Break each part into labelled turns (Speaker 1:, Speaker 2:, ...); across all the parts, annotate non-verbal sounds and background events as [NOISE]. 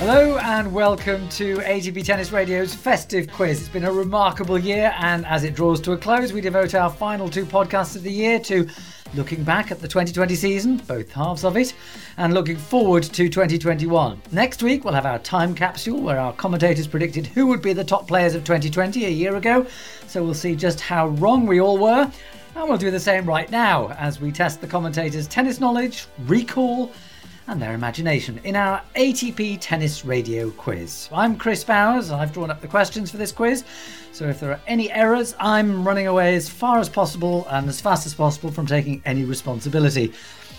Speaker 1: Hello and welcome to ATP Tennis Radio's festive quiz. It's been a remarkable year, and as it draws to a close, we devote our final two podcasts of the year to looking back at the 2020 season, both halves of it, and looking forward to 2021. Next week, we'll have our time capsule where our commentators predicted who would be the top players of 2020 a year ago, so we'll see just how wrong we all were. And we'll do the same right now as we test the commentators' tennis knowledge, recall, and their imagination in our ATP Tennis Radio quiz. I'm Chris Bowers, and I've drawn up the questions for this quiz. So if there are any errors, I'm running away as far as possible and as fast as possible from taking any responsibility.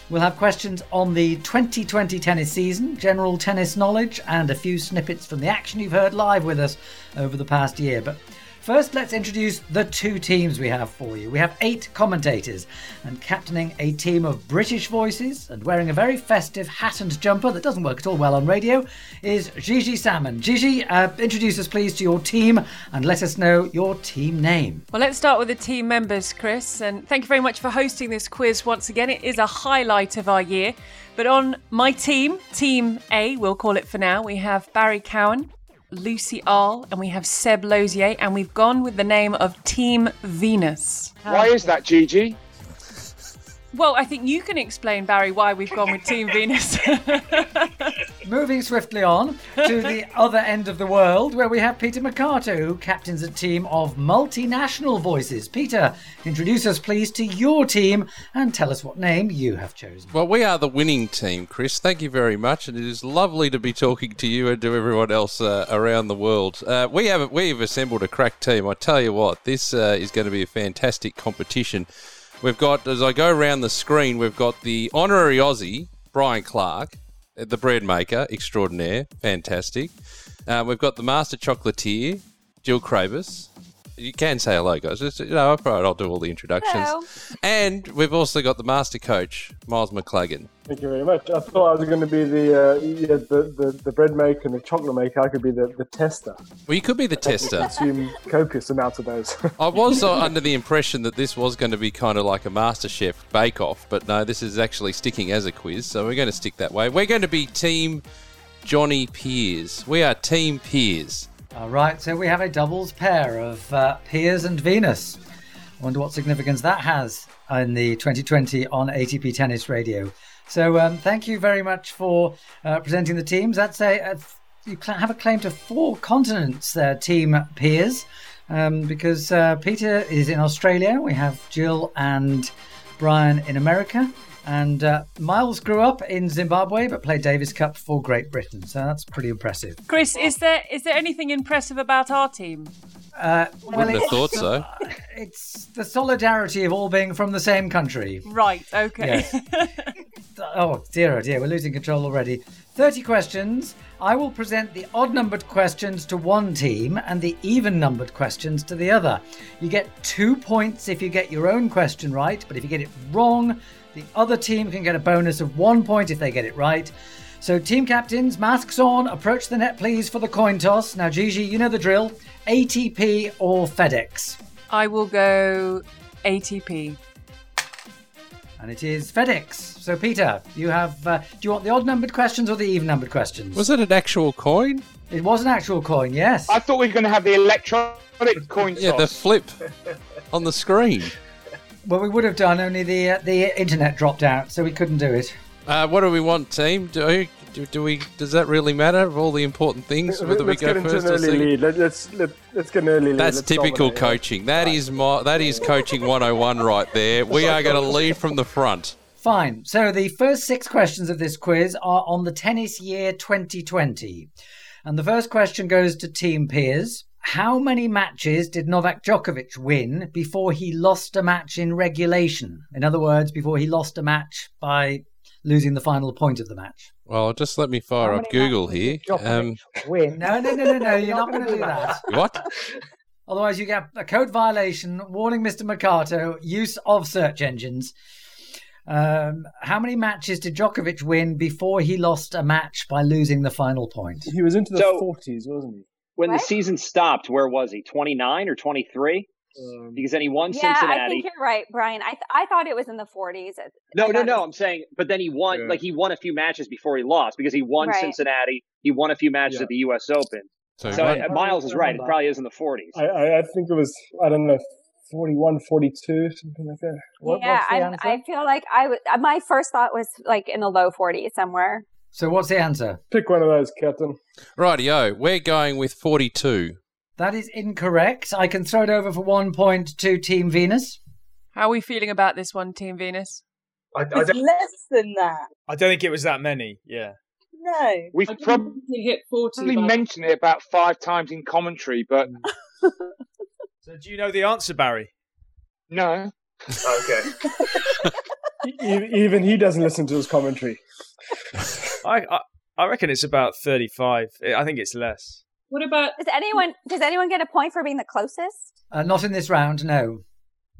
Speaker 1: We'll have questions on the 2020 tennis season, general tennis knowledge, and a few snippets from the action you've heard live with us over the past year. But First, let's introduce the two teams we have for you. We have eight commentators, and captaining a team of British voices and wearing a very festive hat and jumper that doesn't work at all well on radio is Gigi Salmon. Gigi, uh, introduce us please to your team and let us know your team name.
Speaker 2: Well, let's start with the team members, Chris. And thank you very much for hosting this quiz once again. It is a highlight of our year. But on my team, Team A, we'll call it for now, we have Barry Cowan, Lucy Arl, and we have Seb Lozier, and we've gone with the name of Team Venus.
Speaker 3: Why is that, Gigi?
Speaker 2: Well, I think you can explain, Barry, why we've gone with
Speaker 3: [LAUGHS]
Speaker 2: Team Venus. [LAUGHS]
Speaker 1: Moving swiftly on to the other end of the world, where we have Peter Mercato, who captains a team of multinational voices. Peter, introduce us, please, to your team and tell us what name you have chosen.
Speaker 4: Well, we are the winning team, Chris. Thank you very much, and it is lovely to be talking to you and to everyone else uh, around the world. Uh, we have we've assembled a crack team. I tell you what, this uh, is going to be a fantastic competition. We've got, as I go around the screen, we've got the honorary Aussie, Brian Clark, uh, the bread maker extraordinaire, fantastic. Uh, we've got the master chocolatier, Jill Krabus. You can say hello, guys. It's, you know, I'll, I'll do all the introductions.
Speaker 2: Hello.
Speaker 4: And we've also got the master coach, Miles McLagan.
Speaker 5: Thank you very much. I thought I was going to be the uh, yeah, the, the the bread maker and the chocolate maker. I could be the, the tester.
Speaker 4: Well, you could be the tester.
Speaker 5: Consume copious amounts of those.
Speaker 4: I was
Speaker 5: [LAUGHS]
Speaker 4: uh, under the impression that this was going to be kind of like a MasterChef bake-off, but no, this is actually sticking as a quiz, so we're going to stick that way. We're going to be Team Johnny Pears. We are Team Pears.
Speaker 1: All right, so we have a doubles pair of uh, Piers and Venus. I wonder what significance that has in the 2020 on ATP Tennis Radio. So um, thank you very much for uh, presenting the teams. That's a, a you cl- have a claim to four continents, uh, team Piers, um, because uh, Peter is in Australia. We have Jill and Brian in America. And uh, Miles grew up in Zimbabwe but played Davis Cup for Great Britain. So that's pretty impressive.
Speaker 2: Chris, is there is there anything impressive about our team?
Speaker 1: Uh, well,
Speaker 4: Wouldn't have
Speaker 1: it's,
Speaker 4: thought so.
Speaker 1: it's the solidarity of all being from the same country.
Speaker 2: Right, okay.
Speaker 1: Yes. oh dear, oh dear, we're losing control already. 30 questions. I will present the odd numbered questions to one team and the even numbered questions to the other. You get two points if you get your own question right, but if you get it wrong, the other team can get a bonus of one point if they get it right. So, team captains, masks on, approach the net, please, for the coin toss. Now, Gigi, you know the drill ATP or FedEx?
Speaker 2: [LAUGHS] I will go ATP.
Speaker 1: And it is FedEx. So, Peter, you have. Uh, do you want the odd numbered questions or the even numbered questions?
Speaker 4: Was it an actual coin?
Speaker 1: it was an actual coin, yes.
Speaker 3: I thought we were going to have the electronic coin
Speaker 4: Yeah, the
Speaker 3: toss.
Speaker 4: flip on the screen.
Speaker 1: Well, we would have done, only the uh, the internet dropped out, so we couldn't do it.
Speaker 4: Uh, what do we want, team? Do, do, do we? Does that really matter? Of all the important things, whether we
Speaker 5: let's
Speaker 4: go
Speaker 5: get into
Speaker 4: first
Speaker 5: an
Speaker 4: or
Speaker 5: early
Speaker 4: second.
Speaker 5: lead. Let, let's let, let's get an early lead.
Speaker 4: That's
Speaker 5: Let's
Speaker 4: typical
Speaker 5: dominate.
Speaker 4: coaching. That is my that is coaching 101 right there. We are going to lead from the front.
Speaker 1: Fine. So the first six questions of this quiz are on the tennis year 2020. And the first question goes to Team Peers. How many matches did Novak Djokovic win before he lost a match in regulation? In other words, before he lost a match by losing the final point of the match.
Speaker 4: Well, just let me fire
Speaker 6: How
Speaker 4: up
Speaker 6: many
Speaker 4: Google here.
Speaker 6: matches did
Speaker 4: Um,
Speaker 6: Djokovic win.
Speaker 1: No, no, no, no, no. You're not going to do that.
Speaker 6: [LAUGHS]
Speaker 4: what?
Speaker 1: Otherwise, you get a code violation, warning Mr. Mercato, use of search engines. Um, how many matches did Djokovic win before he lost a match by losing the final point?
Speaker 5: He was into the
Speaker 7: So-
Speaker 5: forties, wasn't he?
Speaker 7: When the
Speaker 6: What?
Speaker 7: season stopped, where was he? 29 or 23?
Speaker 5: Um,
Speaker 6: because then he won
Speaker 7: yeah, I
Speaker 6: Cincinnati.
Speaker 7: think you're right, Brian. I th- I thought it was in the 40s. It-
Speaker 6: No,
Speaker 7: I
Speaker 6: no,
Speaker 7: thought it
Speaker 6: no.
Speaker 7: was-
Speaker 6: I'm saying, but then he won.
Speaker 5: Yeah.
Speaker 6: Like he won a few matches before he lost because he won
Speaker 7: Right.
Speaker 6: Cincinnati. He won a few matches
Speaker 5: Yeah.
Speaker 6: at the U.S. Open.
Speaker 4: So,
Speaker 6: So
Speaker 4: one-
Speaker 6: uh, Miles is right. It probably is in the 40s.
Speaker 5: I, I, I think it was, I don't know, 41, 42, something like that.
Speaker 1: What-
Speaker 7: yeah,
Speaker 1: what's the
Speaker 7: I'm,
Speaker 1: answer?
Speaker 7: I feel like I was. My first thought was like in the low 40s somewhere.
Speaker 1: So what's the answer?
Speaker 5: Pick one of those, Captain.
Speaker 4: rightio, we're going with 42.
Speaker 1: That is incorrect. I can throw it over for one point to Team Venus.
Speaker 2: How are we feeling about this one, Team Venus?
Speaker 8: I, I,
Speaker 9: It's
Speaker 8: don't,
Speaker 9: less than that.
Speaker 10: I don't think it was that many. Yeah.
Speaker 9: No.
Speaker 3: We've
Speaker 11: I didn't
Speaker 3: prob-
Speaker 11: think he hit 40.
Speaker 3: probably
Speaker 11: by-
Speaker 3: mentioned it about five times in commentary, but
Speaker 10: [LAUGHS] So do you know the answer, Barry?
Speaker 3: no.
Speaker 8: okay.
Speaker 5: E- Even he doesn't listen to his commentary.
Speaker 10: I, I I reckon it's about thirty-five. I I think it's less.
Speaker 11: What about
Speaker 7: Does anyone does anyone get a point for being the closest?
Speaker 1: Uh, not in this round, no.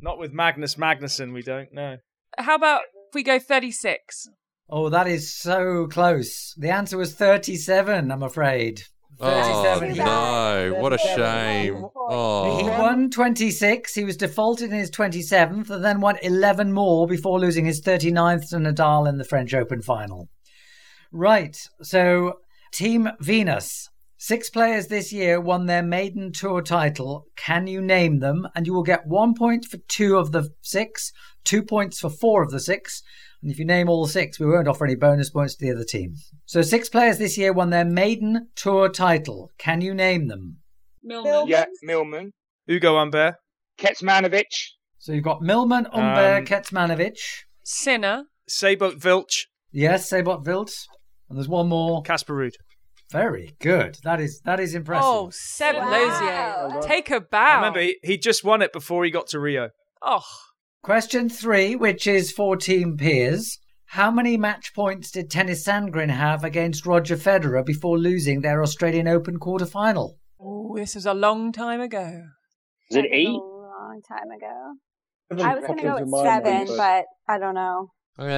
Speaker 10: Not with Magnus Magnuson, we don't know.
Speaker 2: How about if we go 36?
Speaker 1: Oh, that is so close. The answer was 37, I'm afraid.
Speaker 4: Oh,
Speaker 1: 37.
Speaker 4: no. What a shame.
Speaker 1: He
Speaker 4: Oh.
Speaker 1: won 26. He was defaulted in his 27th and then won 11 more before losing his 39th to Nadal in the French Open final. Right. So, Team Venus. Six players this year won their maiden tour title. Can you name them? And you will get one point for two of the six, two points for four of the six. And if you name all six, we won't offer any bonus points to the other team. So, six players this year won their maiden tour title. Can you name them?
Speaker 11: Milner?
Speaker 9: Mil-
Speaker 3: Yeah, Milman.
Speaker 10: Ugo Umber,
Speaker 3: Ketsmanovic.
Speaker 1: So you've got Milman, Umber,
Speaker 10: Um,
Speaker 1: Ketsmanovic.
Speaker 2: Sinner.
Speaker 10: Sabot Vilch,
Speaker 1: Yes, Sabot Vilt. And there's one more.
Speaker 10: Casper Ruud.
Speaker 1: Very good. That is that is impressive.
Speaker 2: Oh, Seb
Speaker 7: Wow.
Speaker 2: Lozier. Take a
Speaker 10: I
Speaker 2: bow.
Speaker 10: Remember, he, he just won it before he got to Rio.
Speaker 2: Oh,
Speaker 1: Question three, which is for team peers. How many match points did Tennis Sandgren have against Roger Federer before losing their Australian Open quarterfinal?
Speaker 2: Ooh, this was a long time ago.
Speaker 6: Is it
Speaker 7: That was
Speaker 6: eight?
Speaker 7: A long time ago. I was going to go
Speaker 5: Captain's in
Speaker 7: with
Speaker 5: my
Speaker 7: seven,
Speaker 5: mind,
Speaker 7: but I don't know. I,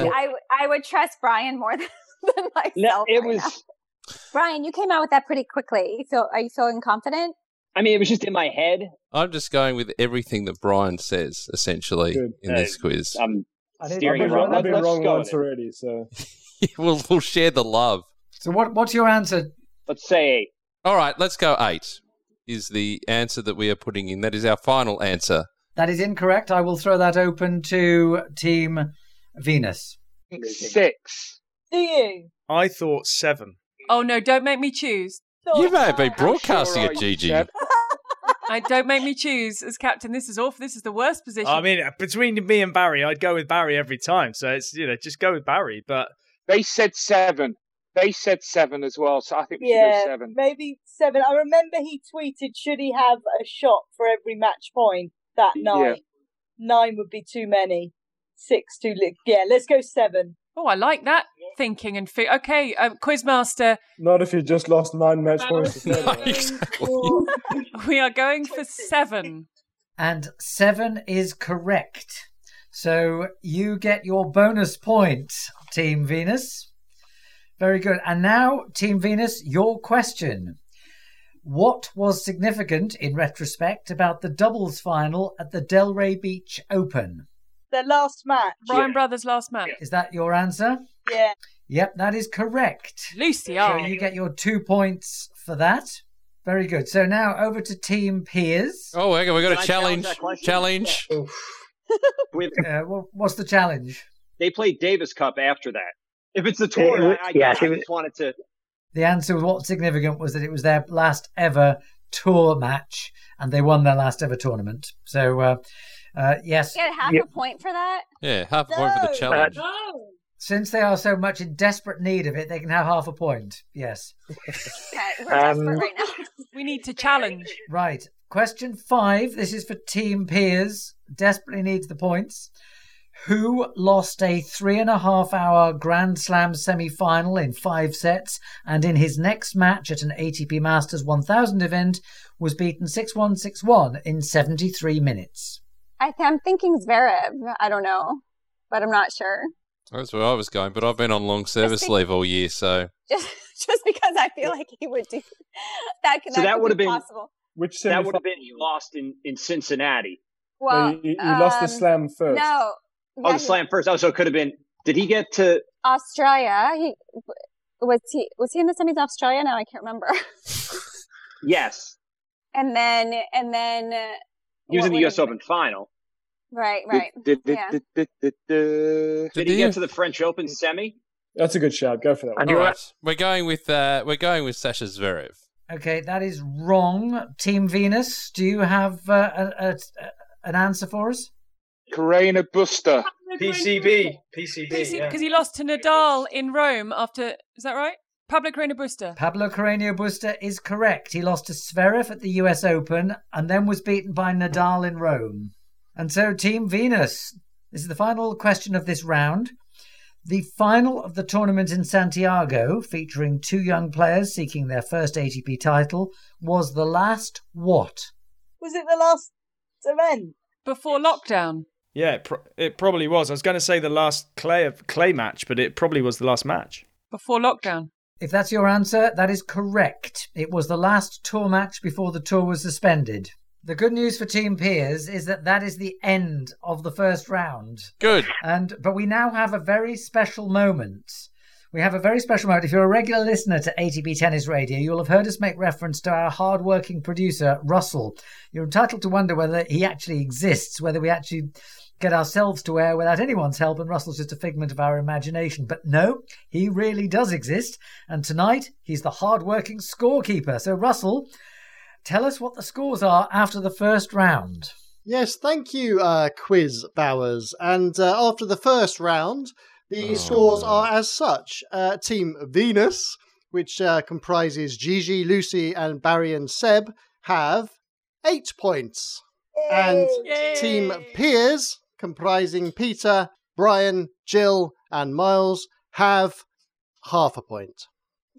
Speaker 4: Uh,
Speaker 7: would, I, would- I would trust Brian more than, than myself.
Speaker 6: No, it
Speaker 7: right
Speaker 6: was.
Speaker 7: now. Brian. You came out with that pretty quickly. You feel are you feeling confident?
Speaker 6: I mean, it was just in my head.
Speaker 4: I'm just going with everything that Brian says, essentially,
Speaker 5: Good.
Speaker 4: in this quiz.
Speaker 6: Um,
Speaker 5: I've
Speaker 6: steering
Speaker 5: been
Speaker 6: it wrong.
Speaker 5: wrong,
Speaker 6: Let's-
Speaker 5: I've been
Speaker 6: let's
Speaker 5: wrong
Speaker 6: go
Speaker 5: once
Speaker 6: with it.
Speaker 5: already, so.
Speaker 4: [LAUGHS] we'll, we'll share the love.
Speaker 1: So what what's your answer?
Speaker 6: let's say eight.
Speaker 4: All right, let's go eight. Is the answer that we are putting in? That is our final answer.
Speaker 1: That is incorrect. I will throw that open to team Venus.
Speaker 3: I think Six.
Speaker 9: Do you?
Speaker 10: I thought seven.
Speaker 2: Oh, no, don't make me choose.
Speaker 4: You may have been
Speaker 3: How
Speaker 4: broadcasting
Speaker 3: sure
Speaker 4: it,
Speaker 3: are you,
Speaker 4: Gigi.
Speaker 3: Seb?
Speaker 2: [LAUGHS] I Don't make me choose as captain. This is awful. This is the worst position.
Speaker 10: I mean, between me and Barry, I'd go with Barry every time. So it's you know just go with Barry. But
Speaker 3: They said seven. They said seven as well, so I think we should
Speaker 9: Yeah,
Speaker 3: go seven.
Speaker 9: maybe seven. I remember he tweeted, "Should he have a shot for every match point that night? Nine would be too many. Six too li- Yeah, let's go seven.
Speaker 2: oh, I like that thinking and fi- okay, um, Quizmaster,
Speaker 5: Not if you just lost nine match points.
Speaker 4: [LAUGHS]
Speaker 5: to
Speaker 11: Barry's
Speaker 5: Federer.
Speaker 11: going
Speaker 4: exactly.
Speaker 11: for-
Speaker 2: [LAUGHS] we are going for seven.
Speaker 1: And seven is correct. So you get your bonus point, Team Venus. Very good. And now, Team Venus, your question. What was significant in retrospect about the doubles final at the Delray Beach Open?
Speaker 9: Their last match.
Speaker 2: Ryan Brothers last man.
Speaker 1: Is that your answer?
Speaker 9: Yeah.
Speaker 1: Yep, that is correct.
Speaker 2: Lucy
Speaker 1: So
Speaker 2: R.
Speaker 1: you get your two points for that. Very good. So now over to Team Peers.
Speaker 4: Oh, hang on, we got
Speaker 6: Can I
Speaker 4: a
Speaker 6: challenge
Speaker 4: challenge.
Speaker 6: that question?
Speaker 4: Challenge.
Speaker 7: [LAUGHS]
Speaker 6: With
Speaker 1: Uh, wha- what's the challenge?
Speaker 6: they played Davis Cup after that. If it's the tour,
Speaker 8: It was-
Speaker 6: I, I,
Speaker 8: yeah,
Speaker 6: I
Speaker 8: it was-
Speaker 6: just wanted to.
Speaker 1: The answer was what's significant was that it was their last ever tour match and they won their last ever tournament. So, uh, uh, yes,
Speaker 7: Get half
Speaker 8: Yep.
Speaker 7: a point for that.
Speaker 4: Yeah, half a point for the
Speaker 9: No.
Speaker 4: challenge.
Speaker 11: Oh,
Speaker 1: since they are so much in desperate need of it, they can have half a point.
Speaker 7: [LAUGHS]
Speaker 1: Yes.
Speaker 7: Okay, we're
Speaker 8: Um,
Speaker 7: desperate right now. [LAUGHS]
Speaker 2: We need to challenge.
Speaker 1: Right. Question five. This is for Team Peers. Desperately needs the points. Who lost a three and a half hour Grand Slam semi final in five sets and in his next match at an ATP Masters 1000 event was beaten 6 1 6 1 in 73 minutes?
Speaker 7: I th- I'm thinking Zverev. I don't know, but I'm not sure.
Speaker 4: That's where I was going, but I've been on long service
Speaker 7: think-
Speaker 4: leave all year, so
Speaker 7: [LAUGHS] Just just because I feel like he would do [LAUGHS] that.
Speaker 6: So that
Speaker 7: could
Speaker 6: would've
Speaker 7: be
Speaker 6: been-
Speaker 7: possible.
Speaker 5: Which
Speaker 6: That
Speaker 5: semi?
Speaker 6: would have been he lost in, in Cincinnati.
Speaker 7: Well,
Speaker 5: you, you lost the
Speaker 7: um,
Speaker 5: slam first.
Speaker 7: No,
Speaker 6: Oh,
Speaker 7: yeah,
Speaker 6: the slam first. Oh, so it could have been. Did he get to?
Speaker 7: he- Australia. He was he was he in the semis in Australia? Now I can't remember. [LAUGHS]
Speaker 6: Yes,
Speaker 7: And then and then uh,
Speaker 6: he was
Speaker 7: what
Speaker 6: in the
Speaker 7: would
Speaker 6: U.S.
Speaker 7: have-
Speaker 6: Open final.
Speaker 7: Right, right.
Speaker 3: Did, did,
Speaker 7: Yeah.
Speaker 3: did, did, did, did.
Speaker 6: Did
Speaker 4: Did
Speaker 6: he
Speaker 4: you-
Speaker 6: get to the French Open semi?
Speaker 5: That's a good shout. Go for that one.
Speaker 4: All right, we're going with uh, we're going with Sasha Zverev.
Speaker 1: Okay, that is wrong. Team Venus, do you have uh, a, a, a- an answer for us?
Speaker 3: Karina Buster.
Speaker 2: PCB.
Speaker 10: PCB.
Speaker 2: Because he lost to Nadal in Rome after. Is that right? Pablo Carreno Busta.
Speaker 1: Pablo Carreño Busta is correct. He lost to Zverev at the US Open and then was beaten by Nadal in Rome. And so, Team Venus, this is the final question of this round. The final of the tournament in Santiago, featuring two young players seeking their first ATP title, was the last what?
Speaker 9: Was it the last event?
Speaker 2: Before lockdown.
Speaker 10: Yeah, it, pro- it probably was. I was going to say the last clay of clay match, but it probably was the last match.
Speaker 2: Before lockdown.
Speaker 1: If that's your answer, that is correct. It was the last tour match before the tour was suspended. The good news for Team Piers is that that is the end of the first round.
Speaker 4: Good.
Speaker 1: And but we now have a very special moment. We have a very special moment. If you're a regular listener to ATP Tennis Radio, you'll have heard us make reference to our hard-working producer Russell. You're entitled to wonder whether he actually exists, whether we actually get ourselves to air without anyone's help, and Russell's just a figment of our imagination. But no, he really does exist. And tonight, he's the hard-working scorekeeper. So Russell, tell us what the scores are after the first round.
Speaker 8: Yes, thank you, uh, Quiz Bowers. And uh, after the first round, the
Speaker 4: Oh,
Speaker 8: scores
Speaker 4: no.
Speaker 8: are as such uh, Team Venus, which uh, comprises Gigi, Lucy, and Barry and Seb, have eight points. And
Speaker 2: Yay.
Speaker 8: Team Piers, comprising Peter, Brian, Jill, and Miles, have half a point.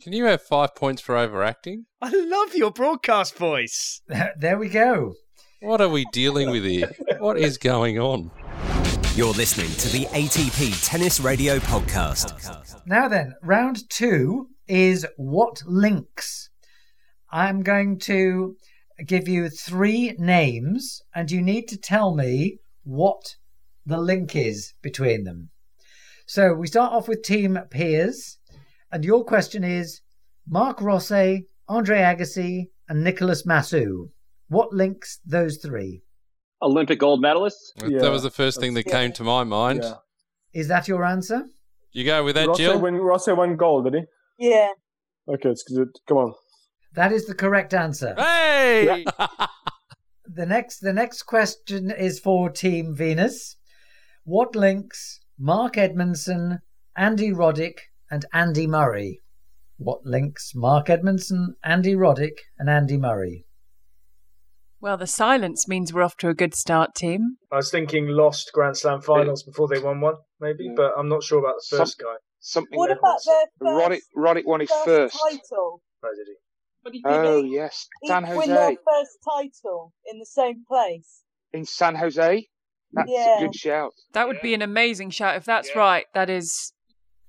Speaker 4: Can you have five points for overacting?
Speaker 10: I love your broadcast voice.
Speaker 1: [LAUGHS] there we go.
Speaker 4: What are we dealing with here? What is going on?
Speaker 11: You're listening to the ATP Tennis Radio podcast.
Speaker 1: Now then, round two is what links. I'm going to give you three names, and you need to tell me what the link is between them. So we start off with Team Piers, and your question is Mark Rosset, Andre Agassi, and Nicolas Massou. What links those three?
Speaker 6: Olympic gold medalists.
Speaker 5: Yeah,
Speaker 4: that was the first thing that
Speaker 5: that's-
Speaker 4: came to my mind.
Speaker 5: Yeah.
Speaker 1: Is that your answer?
Speaker 4: You go with that,
Speaker 5: Rosso
Speaker 4: Jill.
Speaker 5: won, Rosso won gold, did he?
Speaker 9: Yeah.
Speaker 5: Okay, it's good. Come on.
Speaker 1: That is the correct answer.
Speaker 4: Hey!
Speaker 1: [LAUGHS] the next the next question is for Team Venus. What links Mark Edmondson, Andy Roddick, and Andy Murray? What links Mark Edmondson, Andy Roddick, and Andy Murray?
Speaker 2: Well, the silence means we're off to a good start, team.
Speaker 12: I was thinking lost Grand Slam finals before they won one, maybe,
Speaker 3: Yeah.
Speaker 12: but I'm not sure about the first guy.
Speaker 3: Something
Speaker 9: What
Speaker 3: like
Speaker 9: about
Speaker 3: that.
Speaker 9: their
Speaker 3: Roddick,
Speaker 9: first-
Speaker 3: Roddick won his
Speaker 9: first
Speaker 3: first.
Speaker 9: title.
Speaker 12: Oh, did he?
Speaker 2: But he
Speaker 3: Oh, yes. San
Speaker 9: Each win their
Speaker 3: Jose.
Speaker 9: first title in the same place.
Speaker 3: In San Jose? That's
Speaker 9: Yeah.
Speaker 3: a good shout.
Speaker 2: That would be an amazing shout if that's right. That is.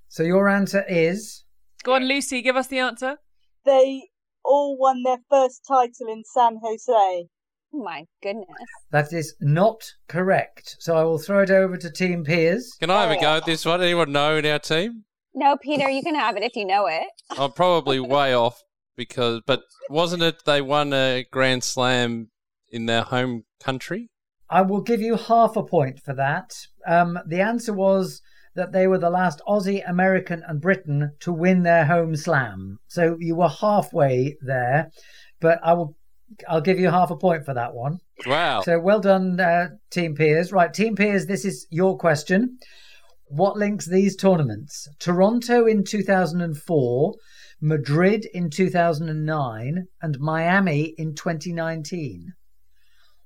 Speaker 1: So your answer is
Speaker 2: Go on, Lucy, give us the answer.
Speaker 9: They all won their first title in San Jose.
Speaker 7: Oh my goodness.
Speaker 1: that is not correct. So I will throw it over to Team Piers.
Speaker 4: Can I have a go at this one? Anyone know in our team?
Speaker 7: No, Peter, you can have it if you know it.
Speaker 4: I'm Oh, probably way off because, but wasn't it they won a Grand Slam in their home country?
Speaker 1: I will give you half a point for that. Um, the answer was that they were the last Aussie, American, and Briton to win their home slam. So you were halfway there, but I will. I'll give you half a point for that one.
Speaker 4: Wow.
Speaker 1: So well done, uh, Team Piers. Right, Team Piers, this is your question. What links these tournaments? Toronto in 2004, Madrid in 2009, and Miami in 2019.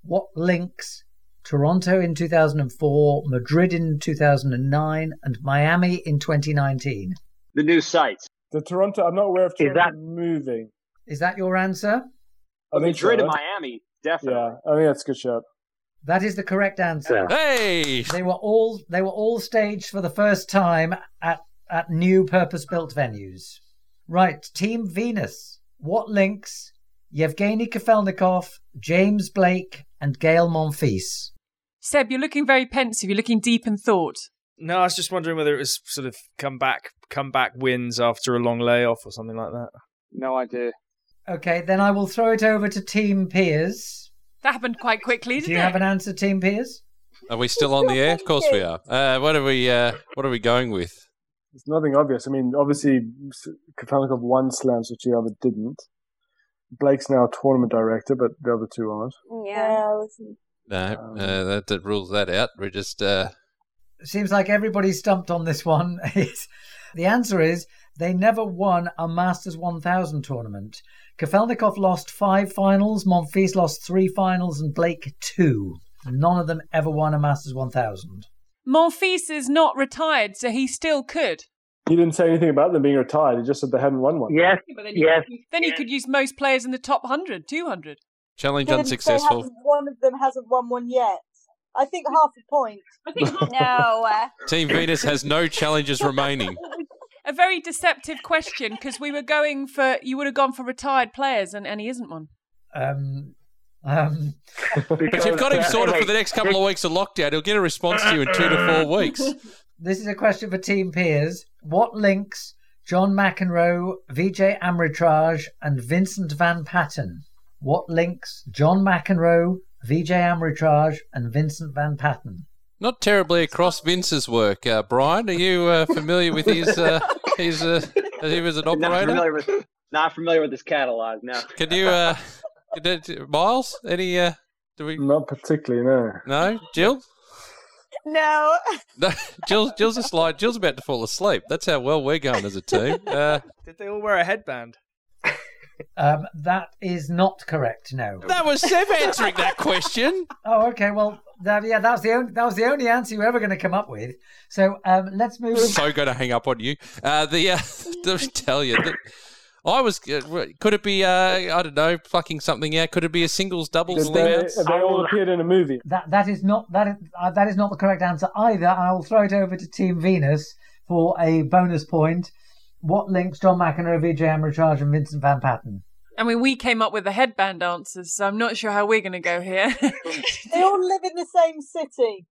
Speaker 1: What links Toronto in 2004, Madrid in 2009, and Miami in 2019?
Speaker 6: The new sites.
Speaker 5: The Toronto. I'm not aware of
Speaker 6: Is
Speaker 5: Toronto
Speaker 6: that-
Speaker 5: moving.
Speaker 1: Is that your answer?
Speaker 5: I think
Speaker 6: Madrid
Speaker 5: so.
Speaker 6: and Miami, definitely.
Speaker 5: Yeah, I think that's a good shout.
Speaker 1: That is the correct answer.
Speaker 4: Hey!
Speaker 1: They were all they were all staged for the first time at at new purpose built venues. Right, Team Venus. What links Yevgeny Kafelnikov, James Blake, and Gail Monfils.
Speaker 2: Seb, you're looking very pensive. You're looking deep in thought.
Speaker 10: No, I was just wondering whether it was sort of come back, come back wins after a long layoff or something like that.
Speaker 3: No idea.
Speaker 1: Okay, then I will throw it over to Team Piers.
Speaker 2: That happened quite quickly, didn't
Speaker 1: Do you
Speaker 2: it?
Speaker 1: have an answer, Team Piers?
Speaker 4: Are we still on the air? Of course we are. Uh, what are we? Uh, what are we going with?
Speaker 5: It's nothing obvious. I mean, obviously, Kafelnikov won slams, which the other didn't. Blake's now a tournament director, but the other two aren't.
Speaker 7: Yeah. listen.
Speaker 4: No, uh, that, that rules that out. We're just uh,
Speaker 1: Seems like everybody's stumped on this one. [LAUGHS] It's- the answer is they never won a Masters 1000 tournament. Kafelnikov lost five finals, Monfils lost three finals, and Blake two. None of them ever won a Masters 1000.
Speaker 2: Monfils is not retired, so he still could.
Speaker 5: He didn't say anything about them being retired. He just said they hadn't won one. Yes.
Speaker 2: Then he could use most players in the top 100, 200.
Speaker 4: challenge
Speaker 9: Then they
Speaker 4: unsuccessful.
Speaker 9: haven't- one of them hasn't won one yet. I think half a point. I think
Speaker 2: No.
Speaker 4: Team Venus has no challenges remaining.
Speaker 2: a very deceptive question because we were going for, you would have gone for retired players, and, and he isn't one.
Speaker 1: Um, um,
Speaker 4: But you've got him sorted for the next couple of weeks of lockdown. He'll get a response to you in two to
Speaker 1: [LAUGHS]
Speaker 4: [LAUGHS] four weeks.
Speaker 1: This is a question for Team Peers. What links John McEnroe, Vijay Amritraj, and Vincent Van Patten? What links John McEnroe, Vijay Amritraj, and Vincent Van Patten?
Speaker 4: Not terribly across Vince's work, uh, Brian. Are you uh, familiar with his? Uh, his uh, he was an
Speaker 6: Not
Speaker 4: operator.
Speaker 6: familiar with, not familiar with this catalog. No.
Speaker 4: Can you, uh, d- d- Miles? Any? Uh, do we?
Speaker 5: Not particularly, no.
Speaker 4: No, Jill.
Speaker 7: [LAUGHS] No.
Speaker 4: No, [LAUGHS] Jill. Jill's a slide. Jill's about to fall asleep. That's how well we're going as a team. Uh,
Speaker 10: Did they all wear a headband?
Speaker 1: Um, that is not correct. No.
Speaker 4: that was Seb answering that question.
Speaker 1: [LAUGHS] Oh, okay. Well, that, yeah, that was the only that was the only answer you were ever going to come up with. So um, let's move.
Speaker 4: so going to hang up on you. Uh, the uh, [LAUGHS] let me tell you, the, I was. Could it be? Uh, I don't know. Fucking something out. Could it be a singles, doubles,
Speaker 5: Did they,
Speaker 4: limit?
Speaker 5: they all appeared in a movie.
Speaker 1: That that is not that is, uh, that is not the correct answer either. And I will throw it over to Team Venus for a bonus point. What links John McEnroe, Vijay Amritraj, and Vincent Van Patten?
Speaker 2: I mean, we came up with the headband answers, so I'm not sure how we're going to go here. [LAUGHS]
Speaker 9: They all live in the same city.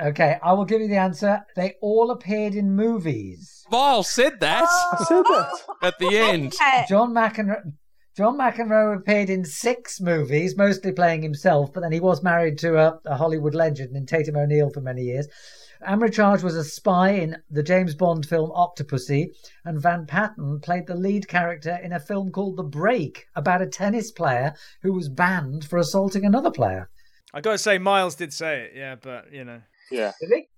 Speaker 1: Okay, I will give you the answer. They all appeared in movies.
Speaker 4: Miles said that. at the end.
Speaker 1: John McEnroe. John McEnroe appeared in six movies, mostly playing himself, but then he was married to a, a Hollywood legend in Tatum O'Neill for many years. Amritraj was a spy in the James Bond film Octopussy, and Van Patten played the lead character in a film called The Break about a tennis player who was banned for assaulting another player.
Speaker 10: I got to say, Miles did say it, yeah, but you know.
Speaker 3: Yeah.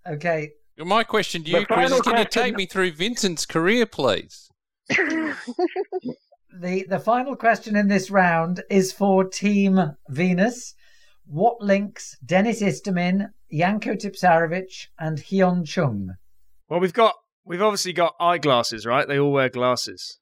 Speaker 1: Okay,
Speaker 4: My question to
Speaker 1: The
Speaker 4: you, Chris, is
Speaker 1: final
Speaker 4: can you
Speaker 1: question-
Speaker 4: take me through Vincent's career, please?
Speaker 1: the the final question in this round is for Team Venus. What links Dennis Istomin, Yanko Tipsarevic, and Hyun Chung?
Speaker 10: Well, we've got we've obviously got eyeglasses, right? They all wear glasses.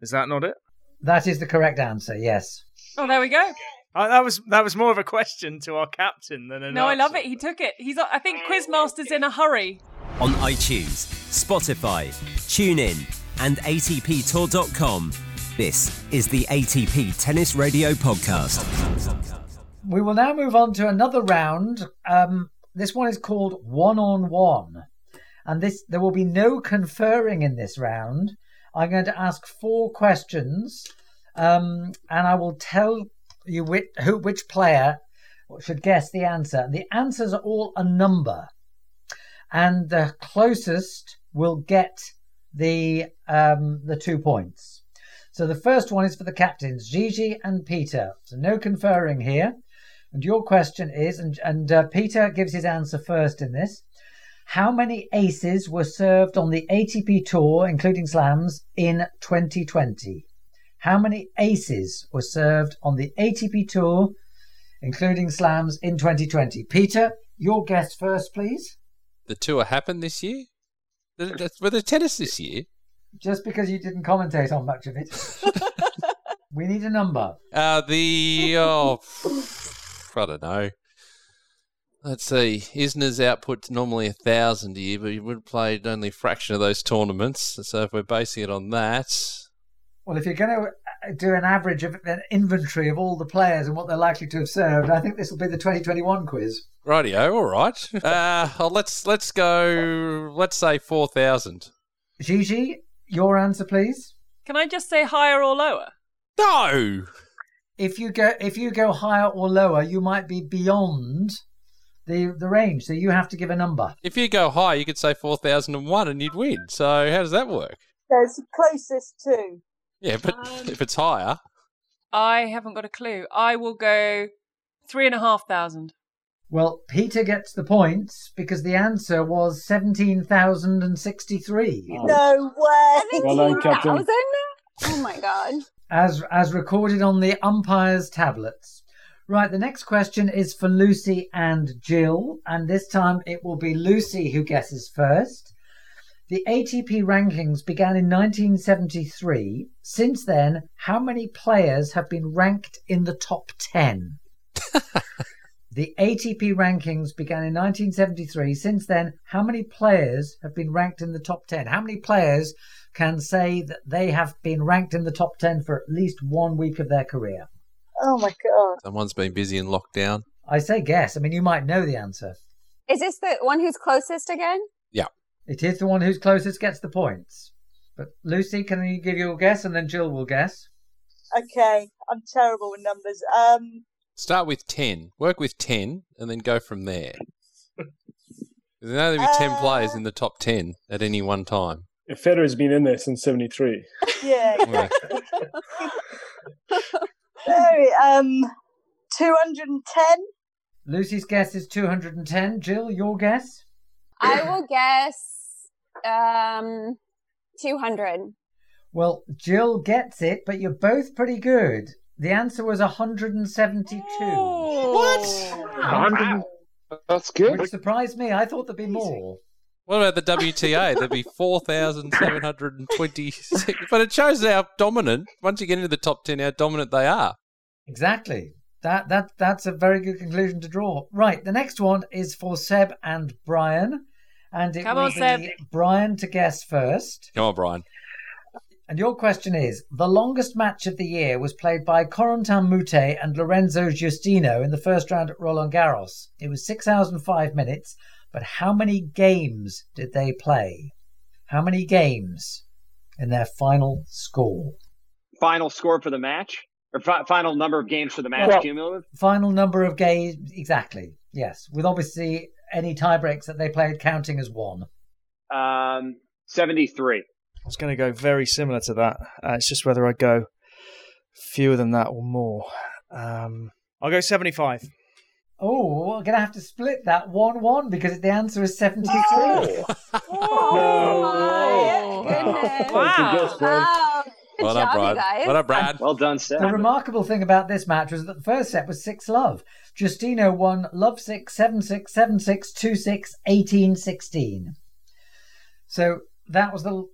Speaker 10: Is that not it?
Speaker 1: That is the correct answer. Yes.
Speaker 2: oh, there we go.
Speaker 10: Uh, that was that was more of a question to our captain than an.
Speaker 2: No, I love it. He took it. He's. I think Quizmaster's in a hurry.
Speaker 11: On iTunes, Spotify, TuneIn, and ATPTour.com. This is the ATP Tennis Radio Podcast.
Speaker 1: We will now move on to another round. Um, this one is called one on one, and this there will be no conferring in this round. I'm going to ask four questions, um, and I will tell you which, who which player should guess the answer. The answers are all a number, and the closest will get the um, the two points. So the first one is for the captains, Gigi and Peter. So no conferring here. And your question is, and, and uh, Peter gives his answer first in this. How many aces were served on the ATP Tour, including slams, in 2020? How many aces were served on the ATP Tour, including slams, in 2020? Peter, your guess first, please.
Speaker 4: The tour happened this year. Th- That's with the tennis this year.
Speaker 1: Just because you didn't commentate on much of it. we need a number.
Speaker 4: Uh, the oh, I don't know. Let's see. Isner's output's normally a thousand a year, but he would have played only a fraction of those tournaments. So if we're basing it on that,
Speaker 1: Well, if you're going to do an average of an inventory of all the players and what they're likely to have served, I think this will be the 2021 quiz.
Speaker 4: Rightio, all right. Uh, oh, let's let's go. Let's say four thousand.
Speaker 1: Gigi, your answer, please.
Speaker 2: Can I just say higher or lower?
Speaker 4: No.
Speaker 1: If you go if you go higher or lower, you might be beyond the the range, so you have to give a number.
Speaker 4: If you go high, you could say four thousand and one, and you'd win. So how does that work?
Speaker 9: There's closest to.
Speaker 4: Yeah, but [LAUGHS] if it's higher,
Speaker 2: I haven't got a clue. I will go three and a half thousand.
Speaker 1: Well, Peter gets the points because the answer was seventeen thousand and sixty-three.
Speaker 9: No way.
Speaker 5: Well done, Captain.
Speaker 7: Oh my god.
Speaker 1: as as recorded on the umpires' tablets. Right, the next question is for Lucy and Jill, and this time it will be Lucy who guesses first. The ATP rankings began in 1973. Since then, how many players have been ranked in the top 10? the ATP rankings began in 1973. Since then, how many players have been ranked in the top 10? How many players can say that they have been ranked in the top 10 for at least one week of their career?
Speaker 9: Oh my god.
Speaker 4: someone's been busy in lockdown.
Speaker 1: I say guess. I mean, you might know the answer.
Speaker 7: Is this the one who's closest again?
Speaker 1: It is the one who's closest gets the points. But Lucy, can you give your guess and then Jill will guess?
Speaker 9: Okay, I'm terrible with numbers. Um,
Speaker 4: Start with ten. Work with ten, and then go
Speaker 1: [LAUGHS]
Speaker 4: from there. There's only be
Speaker 1: Uh.
Speaker 4: ten players in the top ten at any one time.
Speaker 5: If Federer's been in there since '73.
Speaker 9: yeah.
Speaker 4: Yeah.
Speaker 9: [LAUGHS] Sorry, um, 210.
Speaker 1: Lucy's guess is 210. Jill, your guess?
Speaker 7: I will guess um, 200.
Speaker 1: Well, Jill gets it, but you're both pretty good. The answer was 172.
Speaker 3: Wow. That's good.
Speaker 1: Which surprised me. I thought there'd be more.
Speaker 4: What about the WTA? There'd be 4,726. But it shows how dominant, once you get into the top 10, how dominant they are.
Speaker 1: Exactly. That that that's a very good conclusion to draw. Right, the next one is for Seb and Brian. And it
Speaker 2: Come
Speaker 1: will
Speaker 2: on,
Speaker 1: be
Speaker 2: Seb.
Speaker 1: Brian to guess first.
Speaker 4: Come on, Brian.
Speaker 1: And your question is the longest match of the year was played by Corentin Moutet and Lorenzo Giustino in the first round at Roland Garros. It was six hours and five minutes, but how many games did they play? How many games in their final score?
Speaker 6: Final score for the match, or fi- final number of games for the match
Speaker 1: Well-
Speaker 6: cumulative.
Speaker 1: Final number of games, exactly. Yes, with obviously any tiebreaks that they played counting as one.
Speaker 6: Um, seventy-three.
Speaker 10: I was going to go very similar to that. Uh, it's just whether I go fewer than that or more. Um, I'll go 75.
Speaker 1: Oh, we're going to have to split that 1 1 because the answer is 73.
Speaker 7: Oh, my goodness. Wow. Oh, Good
Speaker 4: Well done,
Speaker 7: job,
Speaker 4: Brian.
Speaker 7: you guys.
Speaker 4: Well done, Brian.
Speaker 6: Well done, Seth.
Speaker 1: The remarkable thing about this match was that the first set was 6 love. Justino won love 6, 7 6, 7 6, 2 6, 18 16. So that was the l-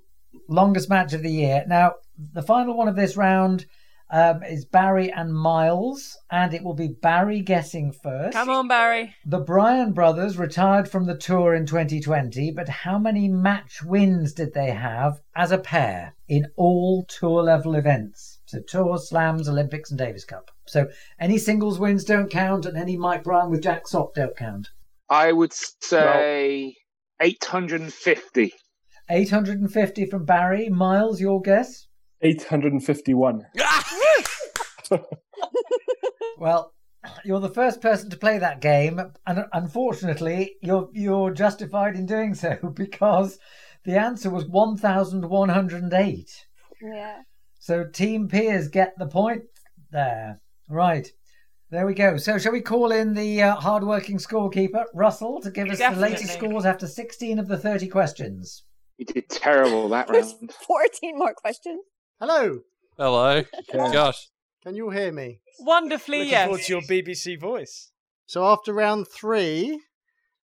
Speaker 1: longest match of the year. Now, the final one of this round um, is Barry and Miles, and it will be Barry guessing first.
Speaker 2: Come on, Barry.
Speaker 1: The Bryan brothers retired from the tour in 2020, but how many match wins did they have as a pair in all tour level events? So, tour, slams, Olympics, and Davis Cup. So, any singles wins don't count, and any Mike Bryan with Jack Sock don't count.
Speaker 3: I would say 850.
Speaker 1: 850 from Barry. Miles, your guess?
Speaker 5: 851.
Speaker 1: Well, you're the first person to play that game, and unfortunately, you're you're justified in doing so [LAUGHS] because the answer was 1,108.
Speaker 7: Yeah.
Speaker 1: So Team Peers get the point there. Right. There we go. So shall we call in the uh, hard-working scorekeeper, Russell, to give us the latest
Speaker 2: Definitely.
Speaker 1: scores after 16 of the 30 questions?
Speaker 3: You did terrible that
Speaker 7: There's
Speaker 3: round.
Speaker 7: 14 more questions.
Speaker 8: Hello,
Speaker 4: Hello.
Speaker 2: [LAUGHS]
Speaker 4: Gosh.
Speaker 8: can you hear me?
Speaker 2: Wonderfully,
Speaker 10: Looking
Speaker 2: yes.
Speaker 10: forward to your BBC voice.
Speaker 8: So after round three,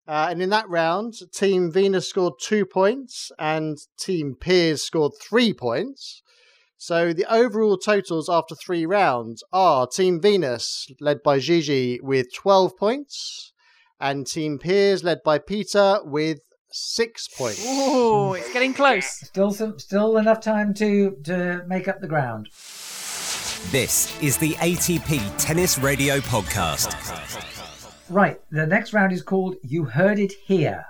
Speaker 8: uh, and in that round, Team Venus scored two points and Team Piers scored three points. So the overall totals after three rounds are Team Venus, led by Gigi, with 12 points, and Team Piers, led by Peter, with six points.
Speaker 2: Ooh, it's getting close.
Speaker 1: Still some, still enough time to to make up the ground.
Speaker 11: This is the ATP Tennis Radio Podcast.
Speaker 1: Right, the next round is called You Heard It Here.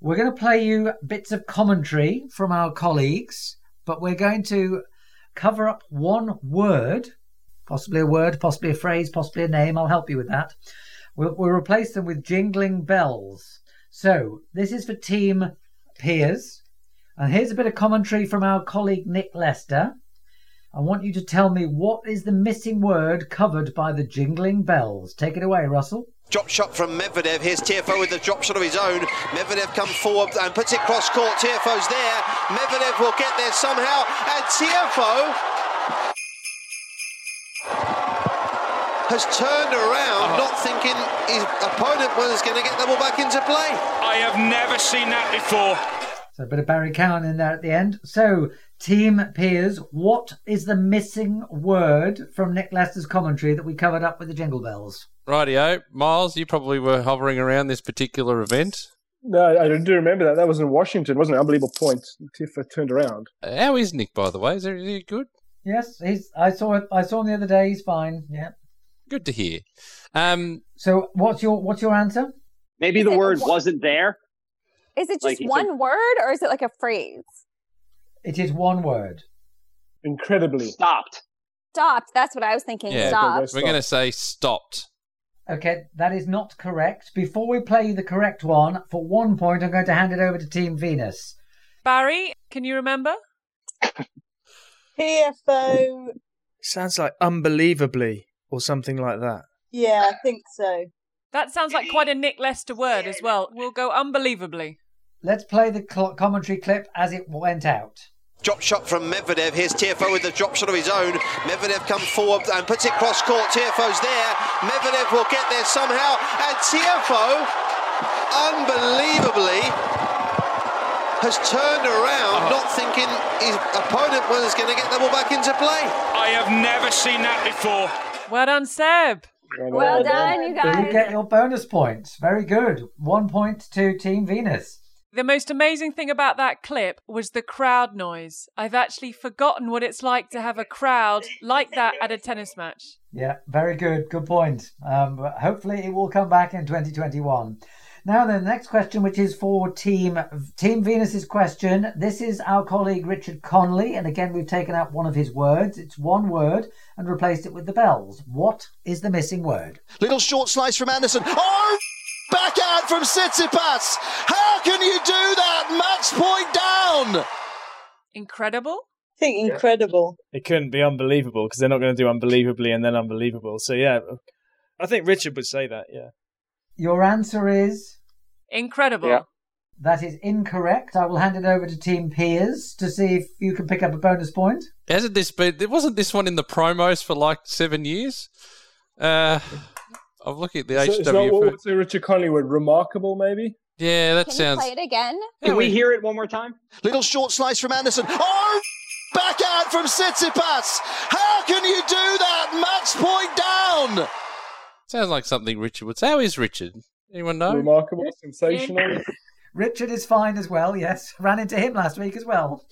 Speaker 1: We're going to play you bits of commentary from our colleagues, but we're going to cover up one word, possibly a word, possibly a phrase, possibly a name. I'll help you with that. We'll, we'll replace them with jingling bells. So, this is for Team Piers. And here's a bit of commentary from our colleague Nick Lester. I want you to tell me what is the missing word covered by the jingling bells. Take it away, Russell.
Speaker 13: Drop shot from Medvedev. Here's TFO with the drop shot of his own. Medvedev comes forward and puts it cross court. TFO's there. Medvedev will get there somehow. And TFO has turned
Speaker 14: Uh-huh.
Speaker 13: around, not thinking his opponent was going to get the ball back into play.
Speaker 14: I have never seen that before.
Speaker 1: So a bit of Barry Cowan in there at the end. So, Team Piers, what is the missing word from Nick Lester's commentary that we covered up with the jingle bells?
Speaker 4: Rightio, Miles, you probably were hovering around this particular event.
Speaker 5: No, I do remember that. That was in Washington, wasn't it? Unbelievable point. Tifa turned around.
Speaker 4: Uh, How is Nick, by the way? Is he- is he good?
Speaker 1: Yes, he's. I saw it. I saw him the other day. He's fine. Yeah.
Speaker 4: Good to hear. Um,
Speaker 1: So what's your what's your answer?
Speaker 6: Maybe the word wasn't there.
Speaker 7: Is it just
Speaker 1: Like you
Speaker 7: one word or is it like a phrase?
Speaker 1: It is one word.
Speaker 5: Incredibly.
Speaker 6: Stopped.
Speaker 7: Stopped. That's what I was thinking.
Speaker 4: yeah,
Speaker 7: Stopped.
Speaker 4: we're going to say stopped.
Speaker 1: Okay, that is not correct. Before we play the correct one, for one point, I'm going to hand it over to Team Venus.
Speaker 2: Barry, can you
Speaker 9: [LAUGHS]
Speaker 2: remember?
Speaker 9: TFO.
Speaker 10: Sounds like unbelievably or something like that.
Speaker 9: Yeah, I think so.
Speaker 2: That sounds like quite a Nick Lester word as well. We'll go unbelievably.
Speaker 1: Let's play the cl- commentary clip as it went out.
Speaker 13: Drop shot from Medvedev. Here's TFO with the drop shot of his own. Medvedev comes forward and puts it cross court. TFO's there. Medvedev will get there somehow. And TFO, unbelievably, has turned
Speaker 14: Uh-huh.
Speaker 13: around, not thinking his opponent was going to get the ball back into play.
Speaker 14: I have never seen that before.
Speaker 2: Well done, Seb.
Speaker 1: Well,
Speaker 14: Well done,
Speaker 2: you
Speaker 1: So
Speaker 2: guys.
Speaker 1: you get your bonus points. Very good. One point to Team Venus.
Speaker 2: The most amazing thing about that clip was the crowd noise. I've actually forgotten what it's like to have a crowd like that at a tennis match.
Speaker 1: Yeah, very good. Good point. Um, but hopefully, it will come back in 2021. Now, then, the next question, which is for Team Team Venus's question. This is our colleague Richard Conley, and again, we've taken out one of his words. It's one word and replaced it with the bells. What is the missing word?
Speaker 15: Little short slice from Anderson. Oh, backhand from Tsitsipas. How can you do that? Match point down.
Speaker 2: Incredible.
Speaker 9: I think incredible.
Speaker 10: It couldn't be unbelievable because they're not going to do unbelievably and then unbelievable. So yeah, I think Richard would say that. Yeah.
Speaker 1: Your answer is
Speaker 2: Incredible.
Speaker 1: that is incorrect. I will hand it over to Team Piers to see if you can pick up a bonus point.
Speaker 4: Hasn't this been? There wasn't this one in the promos for like seven years. Uh, I'm looking at the
Speaker 5: So,
Speaker 4: HW.
Speaker 5: it's not what would say Richard Conley would remarkable, maybe?
Speaker 4: yeah, that sounds.
Speaker 15: it again?
Speaker 6: Can we hear it one more time?
Speaker 15: Little short slice from Anderson. Oh, backhand from Tsitsipas. How can you do that? Match point down.
Speaker 4: Sounds like something Richard would say. How is
Speaker 12: [LAUGHS]
Speaker 4: Richard? Anyone know?
Speaker 5: Remarkable, sensational.
Speaker 1: [LAUGHS] Richard is fine as well, yes. Ran into him last week as well.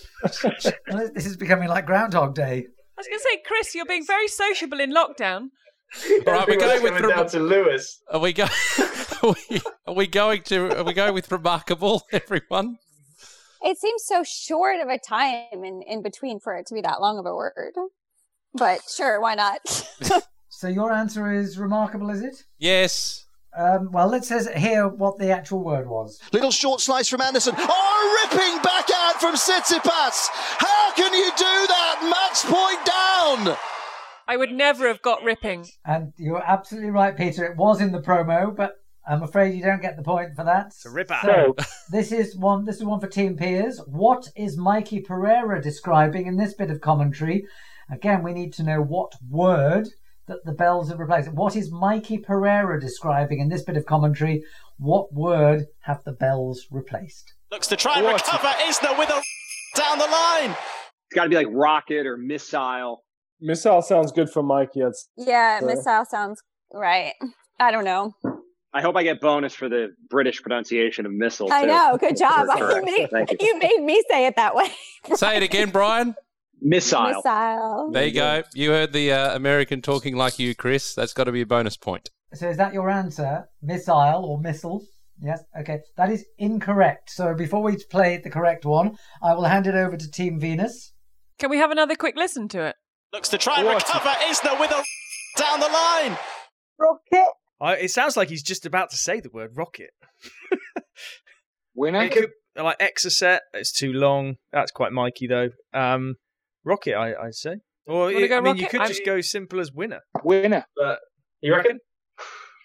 Speaker 1: this is becoming like Groundhog Day.
Speaker 2: I was going to say, Chris, you're being very sociable in lockdown.
Speaker 4: All right, we're going with
Speaker 12: coming down to Lewis.
Speaker 4: Are we going? [LAUGHS] Are we, are we going to? Are we going with remarkable? [LAUGHS] Everyone.
Speaker 7: It seems so short of a time in, in between for it to be that long of a word. But sure, why not? [LAUGHS]
Speaker 1: So your answer is remarkable, is it?
Speaker 4: Yes.
Speaker 1: Um, well, let's says here what the actual word was.
Speaker 15: Little short slice from Anderson. Oh, ripping backhand from Tsitsipas. How can you do that? Match point down.
Speaker 2: I would never have got ripping.
Speaker 1: And you're absolutely right, Peter. It was in the promo, but I'm afraid you don't get the point for that. It's a
Speaker 10: ripper.
Speaker 1: So this is one. This is one for Team Piers. What is Mikey Pereira describing in this bit of commentary? Again, we need to know what word that the bells have replaced. What is Mikey Pereira describing in this bit of commentary? What word have the bells replaced?
Speaker 15: Looks to try and recover. Isner with a [LAUGHS] down the line.
Speaker 6: It's got to be like rocket or missile.
Speaker 5: Missile sounds good for Mikey. I'd say.
Speaker 7: yeah,
Speaker 6: Yeah.
Speaker 7: missile sounds right. I don't know.
Speaker 6: I hope I get bonus for the British pronunciation of missile.
Speaker 7: I
Speaker 6: too.
Speaker 7: know. Good job.
Speaker 6: Correct.
Speaker 7: [LAUGHS] you, made,
Speaker 6: Thank you.
Speaker 7: you made me say it that way.
Speaker 4: Say it again, Brian.
Speaker 6: Missile.
Speaker 7: Missile.
Speaker 4: There you go. You heard the uh, American talking like you, Chris. That's got to be a bonus point.
Speaker 1: So is that your answer? Missile or missile? Yes. Okay. That is incorrect. So before we play the correct one, I will hand it over to Team Venus.
Speaker 2: Can we have another quick listen to it?
Speaker 16: Looks to try and recover Isner with a down the line.
Speaker 9: Rocket.
Speaker 10: I, it sounds like he's just about to say the word rocket.
Speaker 3: [LAUGHS] Winner.
Speaker 10: It could, like Exocet, it's too long. That's quite Mikey though. Um, rocket, I, I'd say. Or
Speaker 2: You wanna
Speaker 10: I
Speaker 2: go
Speaker 10: mean, you
Speaker 2: Rocket?
Speaker 10: could
Speaker 2: I'm-
Speaker 10: just go simple as winner.
Speaker 3: Winner.
Speaker 10: But
Speaker 12: you reckon?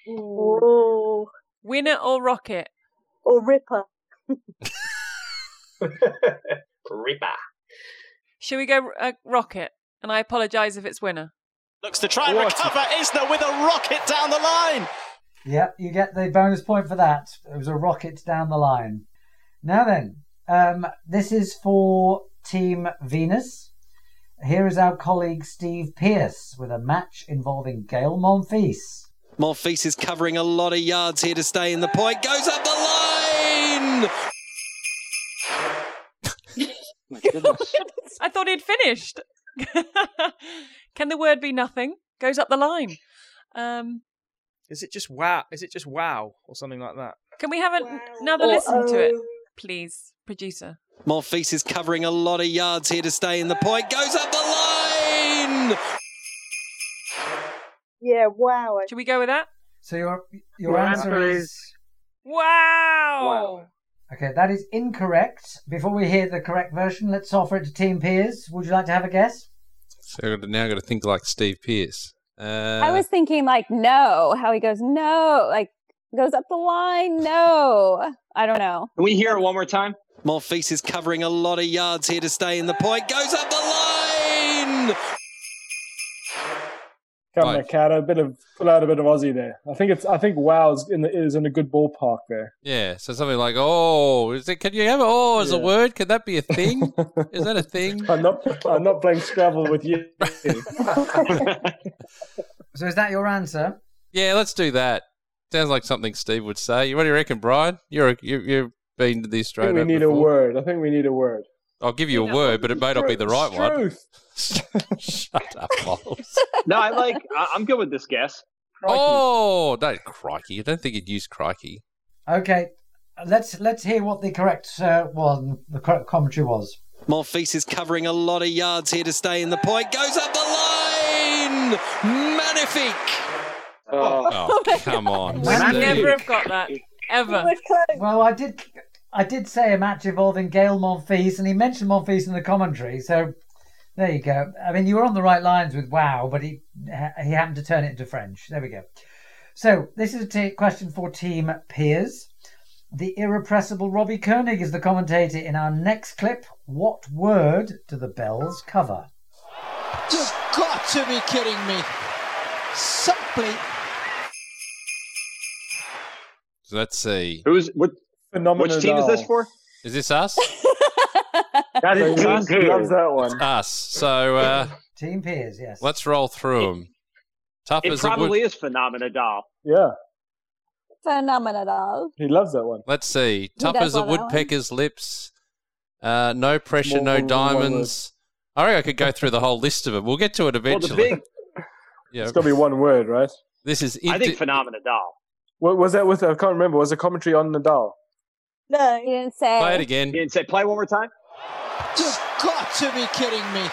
Speaker 9: Ooh.
Speaker 2: Winner or Rocket?
Speaker 9: Or Ripper.
Speaker 12: Ripper.
Speaker 2: Should we go uh, Rocket? And I apologise if it's winner.
Speaker 16: Looks to try and recover Isner with a rocket down the line.
Speaker 1: Yep, you get the bonus point for that. It was a rocket down the line. Now then, um, this is for Team Venus. Here is our colleague Steve Pearce with a match involving Gail Monfils.
Speaker 16: Monfils is covering a lot of yards here to stay in the point. Goes up the line.
Speaker 2: [LAUGHS] I thought he'd finished. [LAUGHS] Can the word be nothing? Goes up the line. Um,
Speaker 10: Is it just wow? Is it just wow or something like that?
Speaker 2: can we have an- another
Speaker 10: Or,
Speaker 2: listen to it,
Speaker 10: oh.
Speaker 2: please, producer?
Speaker 16: Monfils is covering a lot of yards here to stay in the point. Goes up the line.
Speaker 9: Yeah, wow.
Speaker 2: Should we go with that?
Speaker 1: So your your
Speaker 2: Wow.
Speaker 1: answer is
Speaker 2: Wow.
Speaker 1: okay. That is incorrect. Before we hear the correct version, let's offer it to Team Pearce. Would you like to have a guess?
Speaker 4: So I've got to- now I've got to think like Steve Pearce. Uh,
Speaker 7: I was thinking like no, how he goes no, like goes up the line. No, I don't know.
Speaker 16: Can we hear it one more time? Monfils is covering a lot of yards here to stay in the point. Goes up the line.
Speaker 5: Come on, cat. A bit of pull out a bit of Aussie there. I think it's. I think Wow's in the, is in a good ballpark there.
Speaker 4: yeah, so something like, oh, is it, can you have, oh, as a
Speaker 5: Yeah.
Speaker 4: word? Could that be a thing?
Speaker 5: [LAUGHS]
Speaker 4: is that a thing?
Speaker 5: I'm not. I'm not playing Scrabble with you.
Speaker 1: So is that your answer?
Speaker 4: Yeah, let's do that. Sounds like something Steve would say. What do you reckon, Brian? You're a, you, you've been to
Speaker 5: I
Speaker 4: the
Speaker 5: think
Speaker 4: Australian.
Speaker 5: we
Speaker 4: Open
Speaker 5: need a
Speaker 4: before.
Speaker 5: word. I think we need a word.
Speaker 4: I'll give you a word, but it may not be the right one.
Speaker 5: Truth.
Speaker 4: Shut up,
Speaker 5: [LAUGHS]
Speaker 4: Miles.
Speaker 6: No, I like. I, I'm good with this guess.
Speaker 4: Oh, don't crikey! I don't think you'd use crikey.
Speaker 1: Okay, let's let's hear what the correct uh, one, the correct commentary was.
Speaker 16: Monfils is covering a lot of yards here to stay in the point. Goes up the line. Magnifique. [LAUGHS]
Speaker 4: Oh,
Speaker 2: [LAUGHS]
Speaker 16: my
Speaker 4: come on!
Speaker 2: I
Speaker 4: Steve.
Speaker 2: never have got that ever.
Speaker 1: Well, I did. I did say a match involving Gail Monfils, and he mentioned Monfils in the commentary. So there you go. I mean, you were on the right lines with "Wow," but he he happened to turn it into French. There we go. So this is a t- question for Team Peers. The irrepressible Robbie Koenig is the commentator in our next clip. What word do the bells cover?
Speaker 17: You've got to be kidding me. Simply.
Speaker 4: So let's see.
Speaker 6: Who's what?
Speaker 4: Phenomenal.
Speaker 6: Which team is this for?
Speaker 4: Is this us?
Speaker 6: That is us.
Speaker 5: Loves that one.
Speaker 4: us. So uh,
Speaker 1: Team Peers, yes.
Speaker 4: let's roll through them. Tough
Speaker 6: It
Speaker 4: as it would.
Speaker 6: probably is Phenomena Doll.
Speaker 5: Yeah,
Speaker 7: Phenomenal.
Speaker 5: he loves that one.
Speaker 4: Let's see.
Speaker 7: He
Speaker 4: Tough
Speaker 7: does
Speaker 4: as a
Speaker 7: love that one.
Speaker 4: woodpecker's lips. Uh, no pressure,
Speaker 5: More
Speaker 4: no
Speaker 5: than one word.
Speaker 4: diamonds. I reckon I could go through the whole list of them. We'll get to it
Speaker 5: Well, the
Speaker 4: eventually.
Speaker 5: big-
Speaker 4: [LAUGHS] yeah.
Speaker 5: It's got to be one word, right?
Speaker 4: This is.
Speaker 6: I think Phenomena Doll.
Speaker 5: What was that with? I can't remember. Was the commentary on Nadal?
Speaker 9: No.
Speaker 7: He didn't say.
Speaker 4: again.
Speaker 6: You didn't say play one more time.
Speaker 17: You've got to be kidding me.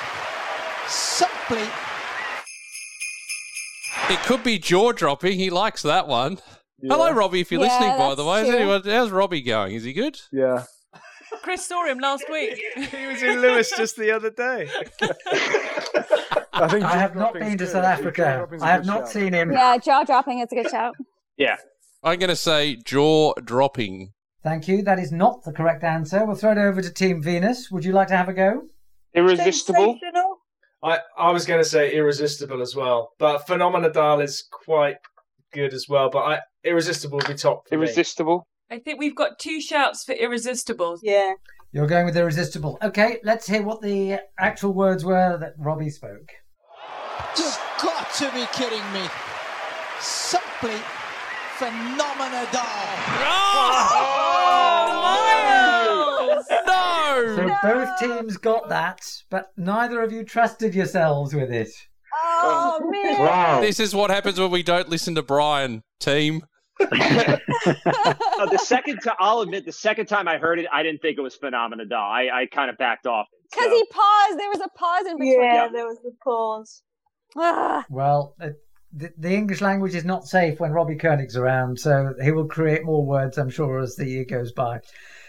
Speaker 17: Simply.
Speaker 4: It could be jaw dropping. He likes that one. Hello, Robbie. If you're
Speaker 2: Yeah,
Speaker 4: listening, by
Speaker 2: that's
Speaker 4: the way, is
Speaker 2: true.
Speaker 4: anyone, how's Robbie going? Is he good?
Speaker 5: Yeah.
Speaker 2: Chris saw him last week. he
Speaker 10: was in Lewis just the other day.
Speaker 5: I, think
Speaker 1: I have not been to South Africa.
Speaker 4: Dropping's a
Speaker 1: I have
Speaker 4: good
Speaker 1: not
Speaker 4: shout.
Speaker 1: seen him.
Speaker 7: Yeah, jaw dropping is a
Speaker 5: [LAUGHS]
Speaker 7: good shout.
Speaker 6: Yeah.
Speaker 4: I'm going to say jaw dropping.
Speaker 1: Thank you. That is not the correct answer. We'll throw it over to Team Venus. Would you like to have a go?
Speaker 12: I, I was going to say irresistible as well, but Phenomena Dal is quite good as well. But I irresistible would be top. For
Speaker 6: Irresistible.
Speaker 2: [LAUGHS] I think we've got two shouts for irresistible.
Speaker 9: Yeah.
Speaker 1: You're going with irresistible. Okay, let's hear what the actual words were that Robbie spoke.
Speaker 17: You've got to be kidding me. Simply.
Speaker 4: Oh!
Speaker 17: Phenomenal.
Speaker 16: Oh,
Speaker 17: [LAUGHS]
Speaker 4: No!
Speaker 1: So both teams got that, but neither of you trusted yourselves with it.
Speaker 9: [LAUGHS] Oh, man.
Speaker 4: This is what happens when we don't listen to Brian, team.
Speaker 6: No, the second time, I'll admit, the second time I heard it, I didn't think it was Phenomena Doll. I, I kind of backed off.
Speaker 7: Because he paused. There was a pause in between.
Speaker 9: Yeah, there was a pause.
Speaker 7: Ugh.
Speaker 1: Well, uh, the, the English language is not safe when Robbie Koenig's around, so he will create more words, I'm sure, as the year goes by.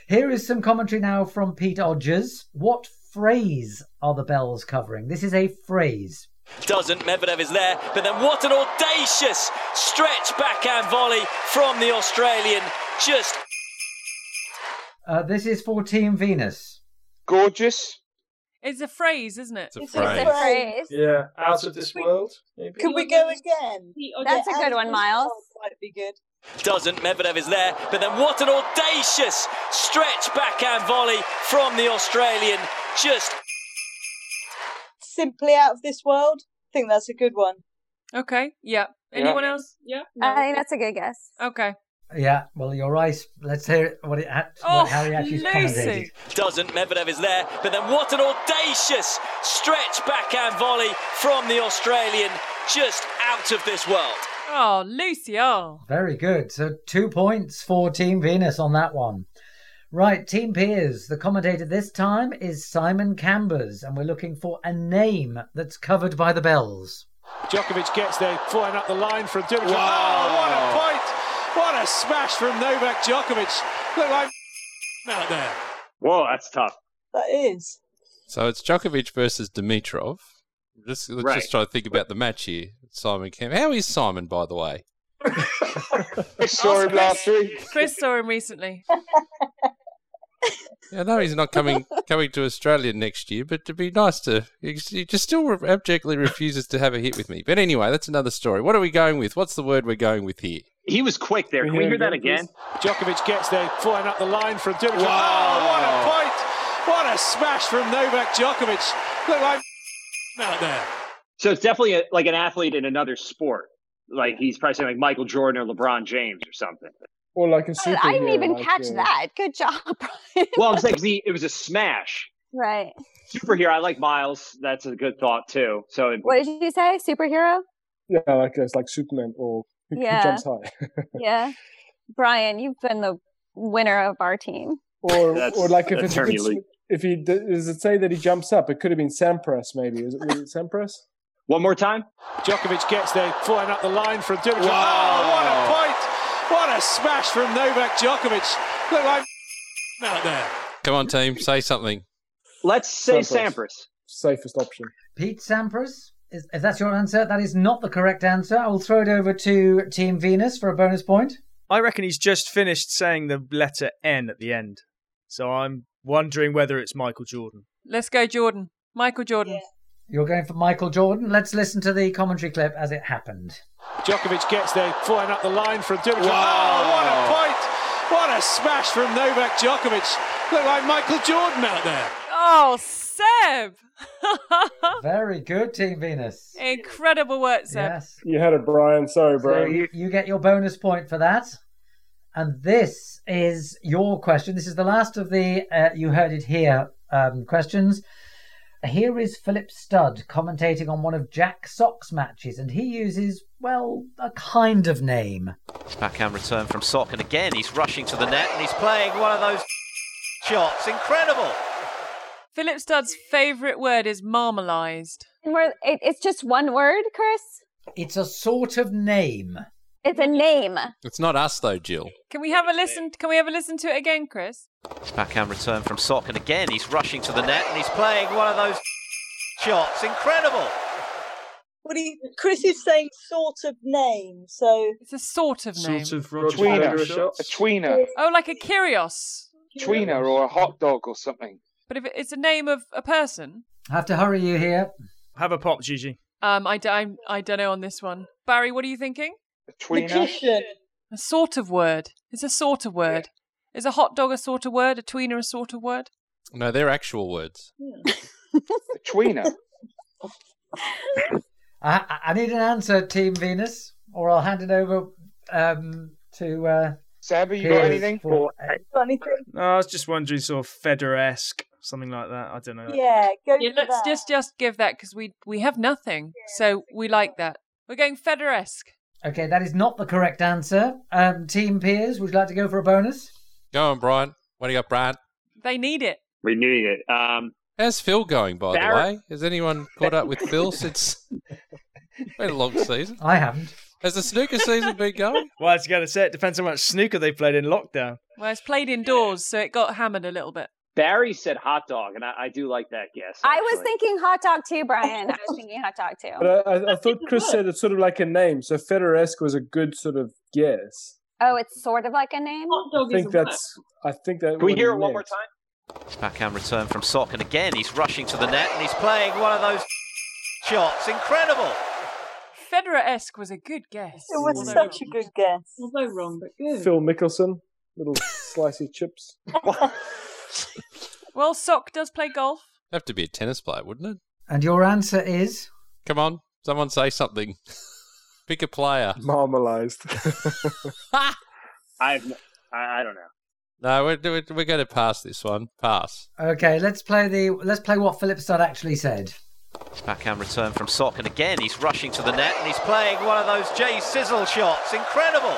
Speaker 1: Here is some commentary now from Pete Odgers. What phrase are the bells covering? This is a phrase.
Speaker 18: Doesn't Medvedev is there, but then what an audacious stretch backhand volley from the Australian. Just
Speaker 1: Uh, this is for Team Venus.
Speaker 3: Gorgeous.
Speaker 2: It's a phrase, isn't it?
Speaker 7: It's a phrase. phrase.
Speaker 12: Yeah, out of this world. Maybe.
Speaker 9: Can we go again?
Speaker 7: That's a good one, Miles.
Speaker 9: Might be good.
Speaker 18: doesn't Medvedev is there, but then what an audacious stretch backhand volley from the Australian. Just
Speaker 9: Simply out of this world. I think that's a good one.
Speaker 2: Okay. Yeah. Anyone else? Yeah.
Speaker 7: I think that's a good guess.
Speaker 2: Okay.
Speaker 1: Yeah, well, you're right. Let's hear it, what, it, ha-
Speaker 18: Oh,
Speaker 1: what Harry actually commentated.
Speaker 18: doesn't Medvedev is there, but then what an audacious stretch backhand volley from the Australian. Just out of this world.
Speaker 2: Oh, Lucy. Oh.
Speaker 1: Very good. So two points for Team Venus on that one. Right, Team Peers. The commentator this time is Simon Cambers, and we're looking for a name that's covered by the bells.
Speaker 19: Djokovic gets there, flying up the line from Djokovic.
Speaker 1: Wow.
Speaker 19: Oh, what a point! What a smash from Novak Djokovic. Look like [LAUGHS] out there.
Speaker 6: Whoa, that's tough.
Speaker 9: That is.
Speaker 4: So it's Djokovic versus Dimitrov. Just, let's
Speaker 6: Right.
Speaker 4: just try to think about the match here. Simon Cam. How is Simon, by the way?
Speaker 3: I saw him last week.
Speaker 2: Chris saw him recently.
Speaker 4: I know he's
Speaker 6: [LAUGHS]
Speaker 4: not coming coming to Australia next year, but it'd be nice to. He he just still re- abjectly refuses to have a hit with me. But anyway, that's another story. What are we going with? What's the word we're going with here?
Speaker 6: He was quick there. Can we hear that again?
Speaker 19: Djokovic gets there, flying up the line from Djokovic.
Speaker 6: Wow.
Speaker 19: Oh, what a point! What a smash from Novak Djokovic. Look like out there.
Speaker 6: So it's definitely a, like an athlete in another sport. Like he's probably saying like Michael Jordan or LeBron James or something.
Speaker 5: Or like a
Speaker 7: But
Speaker 5: super.
Speaker 7: I didn't even catch that. Good job, [LAUGHS] Brian.
Speaker 6: [LAUGHS] Well, I'm saying 'cause he, it was a smash.
Speaker 7: right.
Speaker 6: Superhero. I like Miles. That's a good thought too. So it,
Speaker 7: What did you say?
Speaker 5: [LAUGHS]
Speaker 7: Superhero?
Speaker 5: Yeah, like it's like Superman or who, who
Speaker 7: Yeah.
Speaker 5: jumps high,
Speaker 7: Yeah. Brian, you've been the winner of our team.
Speaker 5: or
Speaker 6: [LAUGHS] That's
Speaker 5: or like if
Speaker 6: a
Speaker 5: it's,
Speaker 6: term
Speaker 5: if,
Speaker 6: you
Speaker 5: it's-
Speaker 6: leak.
Speaker 5: if he d- does it say that he jumps up, it could have been Sampras maybe. Is it, was it Sampras?
Speaker 6: one more time.
Speaker 19: Djokovic gets there, flying up the line from Djokovic. Oh, what a point! What a smash from Novak Djokovic. Look like [LAUGHS] out there.
Speaker 4: Come on, team, say something.
Speaker 6: Let's say
Speaker 1: Sampras.
Speaker 5: Safest option.
Speaker 1: Pete Sampras? Is, if that's your answer, that is not the correct answer. I will throw it over to Team Venus for a bonus point.
Speaker 10: I reckon he's just finished saying the letter N at the end. So I'm wondering whether it's Michael Jordan.
Speaker 2: Let's go, Jordan. Michael Jordan.
Speaker 1: You're going for Michael Jordan. Let's listen to the commentary clip as it happened.
Speaker 19: Djokovic gets there, flying up the line from Djokovic. Oh, what a point! What a smash from Novak Djokovic. Look like Michael Jordan out there.
Speaker 2: Oh, Seb. [LAUGHS]
Speaker 1: Very good, Team Venus.
Speaker 2: Incredible work, Seb.
Speaker 1: Yes.
Speaker 5: You had it, Brian. Sorry,
Speaker 1: So
Speaker 5: Brian.
Speaker 1: you, you get your bonus point for that. And this is your question. This is the last of the uh, You Heard It Here um, questions. Here is Philip Studd commentating on one of Jack Sock's matches, and he uses, well, a kind of name.
Speaker 20: Backhand return from Sock, and again he's rushing to the net and he's playing one of those shots. Incredible!
Speaker 2: Philip Studd's favourite word is marmalised.
Speaker 7: And we're, it, it's just one word, Chris.
Speaker 1: It's a sort of name.
Speaker 7: It's a name.
Speaker 4: It's not us though, Jill.
Speaker 2: Can we have a listen? Can we have a listen to it again, Chris?
Speaker 20: Backhand return from Sock, and again he's rushing to the net and he's playing one of those shots. Incredible!
Speaker 9: What he, Chris is saying sort of name, so
Speaker 2: it's a sort of
Speaker 3: Sort
Speaker 2: name.
Speaker 3: of Roger Tweeter. Federer shots. A tweener.
Speaker 2: Oh, like a Kyrios.
Speaker 3: Tweener or a hot dog or something.
Speaker 2: But if it- it's a name of a person,
Speaker 1: I have to hurry you here.
Speaker 10: Have a pop, Gigi.
Speaker 2: um, I, d- I'm- I, don't know on this one. Barry, what are you thinking? A
Speaker 3: tweener? Magician.
Speaker 2: A sort of word. It's a sort of word. Is a hot dog a sort of word? A tweener a sort of word?
Speaker 4: No, they're actual words.
Speaker 3: A tweener.
Speaker 1: I, I- I need an answer, Team Venus, or I'll hand it over um, to. Uh,
Speaker 3: Seb,
Speaker 1: Piers for-
Speaker 10: No, I was just wondering, sort of Federer esque. something like that. I don't know.
Speaker 9: Yeah, go
Speaker 2: Uh, yeah
Speaker 9: for
Speaker 2: let's
Speaker 9: that.
Speaker 2: just just give that because we we have nothing, so we like that. We're going Federesque.
Speaker 1: Okay, that is not the correct answer. Um, team Piers, would you like to go for a bonus?
Speaker 4: Go on, Brian. What do you got, Brian?
Speaker 2: They need it.
Speaker 4: We need it. Um, How's Phil going, by
Speaker 2: Barrett-
Speaker 4: the way? Has anyone caught up with Phil since? it's been a long season.
Speaker 1: I haven't.
Speaker 4: Has the snooker season been going?
Speaker 10: [LAUGHS] Well, I was going to say it depends how much snooker they played in lockdown.
Speaker 2: Well, it's played indoors, so it got hammered a little bit.
Speaker 6: Barry said hot dog, and I, I do like that guess.
Speaker 7: I was thinking hot dog too, Brian. I
Speaker 5: [LAUGHS]
Speaker 7: was thinking hot dog too.
Speaker 5: But uh, I, I, I thought Chris said it's sort of like a name, so Federesque was a good sort of guess.
Speaker 7: Oh, it's sort of like a name.
Speaker 5: I think that's. I think that.
Speaker 20: Can we
Speaker 5: would
Speaker 20: hear
Speaker 5: have
Speaker 20: it one more
Speaker 5: meant-
Speaker 20: time? Backhand return from Sock, and again he's rushing to the net and he's playing one of those shots. Incredible.
Speaker 2: Federer-esque was a good guess.
Speaker 9: It was
Speaker 2: Although-
Speaker 9: such a good guess.
Speaker 2: Although wrong, but good.
Speaker 5: Phil Mickelson, little slicey chips.
Speaker 2: Well, Sock does play golf.
Speaker 4: Have to be a tennis player, wouldn't it?
Speaker 1: And your answer is
Speaker 4: Come on, someone say something. [LAUGHS] Pick a player.
Speaker 5: Marmalized.
Speaker 6: I've, n- I, I don't know.
Speaker 4: No, we're we're, we're going to pass this one. Pass.
Speaker 1: okay. Let's play the let's play what Philip Studd actually said.
Speaker 20: Backhand return from Sock, and again he's rushing to the net and he's playing one of those Jay Sizzle shots. Incredible.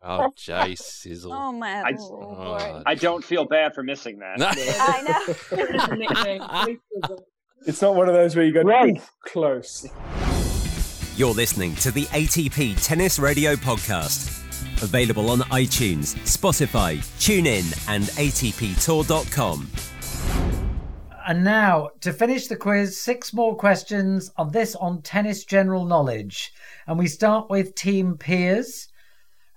Speaker 4: Oh, Jay Sizzle.
Speaker 7: Oh my
Speaker 6: I,
Speaker 4: lord.
Speaker 6: I don't feel bad for missing that.
Speaker 7: I
Speaker 9: know.
Speaker 5: It's not one of those where you go "Ooh, close.
Speaker 11: You're listening to the ATP Tennis Radio Podcast. Available on iTunes, Spotify, TuneIn, and ATPTour.com.
Speaker 1: And now to finish the quiz, six more questions of this on tennis general knowledge, and we start with Team Piers.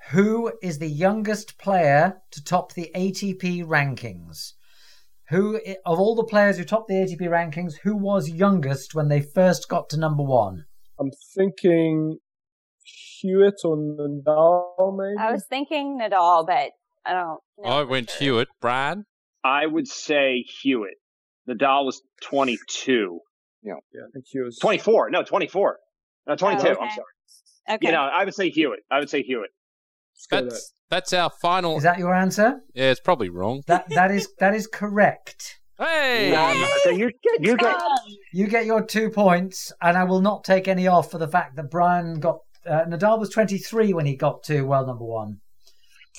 Speaker 1: Who is the youngest player to top the ATP rankings? Who i- of all the players who topped the ATP rankings, who was youngest when they first got to number one?
Speaker 5: I'm thinking Hewitt or Nadal, maybe.
Speaker 7: I was thinking Nadal, but I don't.
Speaker 4: I went Hewitt. Brian?
Speaker 6: I would say Hewitt. The doll was 22. Yeah,
Speaker 5: yeah I think he was
Speaker 6: 24. No, 24. No, 22.
Speaker 7: Oh, okay.
Speaker 6: I'm sorry.
Speaker 7: Okay.
Speaker 6: You know, I would say Hewitt. I would say Hewitt.
Speaker 4: That's that's our final.
Speaker 1: Is that your answer?
Speaker 4: Yeah, it's probably wrong.
Speaker 1: That that is that is correct.
Speaker 4: Hey!
Speaker 6: so you you get
Speaker 1: You get your two points, and I will not take any off for the fact that Brian got uh, Nadal was 23 when he got to world number one.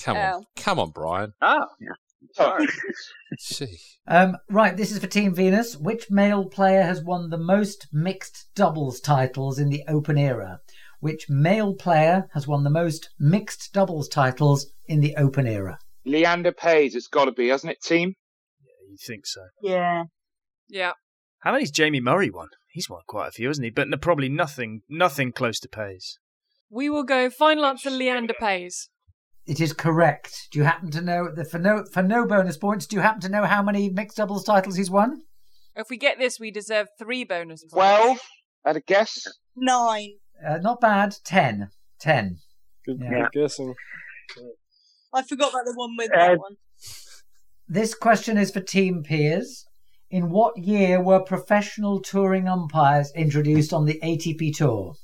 Speaker 4: Come on,
Speaker 1: Oh.
Speaker 4: come on, Brian.
Speaker 6: Oh,
Speaker 4: [LAUGHS]
Speaker 6: sorry.
Speaker 4: Gee.
Speaker 1: Um, right, this is for Team Venus. Which male player has won the most mixed doubles titles in the Open era? Which male player has won the most mixed doubles titles in the Open era?
Speaker 3: Leander Pays, it's got to be, hasn't it, team?
Speaker 10: You think so?
Speaker 9: Yeah.
Speaker 2: Yeah.
Speaker 10: How many's Jamie Murray won? He's won quite a few, hasn't he? But no, probably nothing, nothing close to Pays.
Speaker 2: We will go final answer Leander Pays.
Speaker 1: It is correct. Do you happen to know the for no for no bonus points? Do you happen to know how many mixed doubles titles he's won?
Speaker 2: If we get this, we deserve three bonus points.
Speaker 1: Twelve.
Speaker 3: At a guess.
Speaker 9: Nine.
Speaker 1: Uh, not bad. Ten. Ten.
Speaker 5: Good,
Speaker 1: Yeah.
Speaker 5: good guessing.
Speaker 9: I forgot about the one with
Speaker 1: Uh,
Speaker 9: that one.
Speaker 1: This question is for Team Peers. In what year were professional touring umpires introduced on the ATP Tour?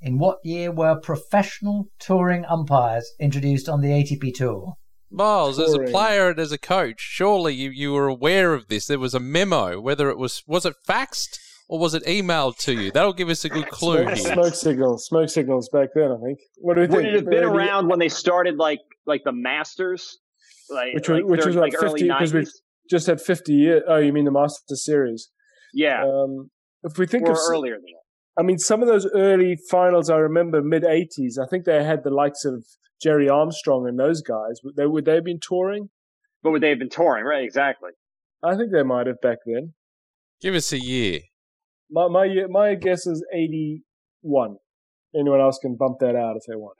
Speaker 1: In what year were professional touring umpires introduced on the ATP Tour?
Speaker 4: Miles, as a
Speaker 1: Boring.
Speaker 4: player and as a coach, surely you, you were aware of this. There was a memo. Whether it was was it faxed or was it emailed to you? That'll give us a good clue.
Speaker 5: Smoke,
Speaker 4: here.
Speaker 5: smoke signals, smoke signals back then. I think. What do we
Speaker 6: Would
Speaker 5: think?
Speaker 6: it have been
Speaker 5: Maybe-
Speaker 6: around when they started like like the Masters? Like
Speaker 5: Which was
Speaker 6: like,
Speaker 5: which
Speaker 6: thir-
Speaker 5: was
Speaker 6: like
Speaker 5: like,
Speaker 6: early
Speaker 5: fifty because we
Speaker 6: 90s.
Speaker 5: just had fifty years. Oh, you mean the Masters series?
Speaker 6: Yeah.
Speaker 5: Um, if we think
Speaker 6: or
Speaker 5: of s-
Speaker 6: earlier than that.
Speaker 5: I mean, some of those early finals I remember mid '80s. I think they had the likes of Jerry Armstrong and those guys. Would they would they have been touring?
Speaker 6: But would they have been touring? Right,
Speaker 7: [LAUGHS]
Speaker 6: exactly.
Speaker 5: I think they might have back then.
Speaker 4: Give us a year.
Speaker 5: My my year- my guess is '81. Anyone else can bump that out if they want.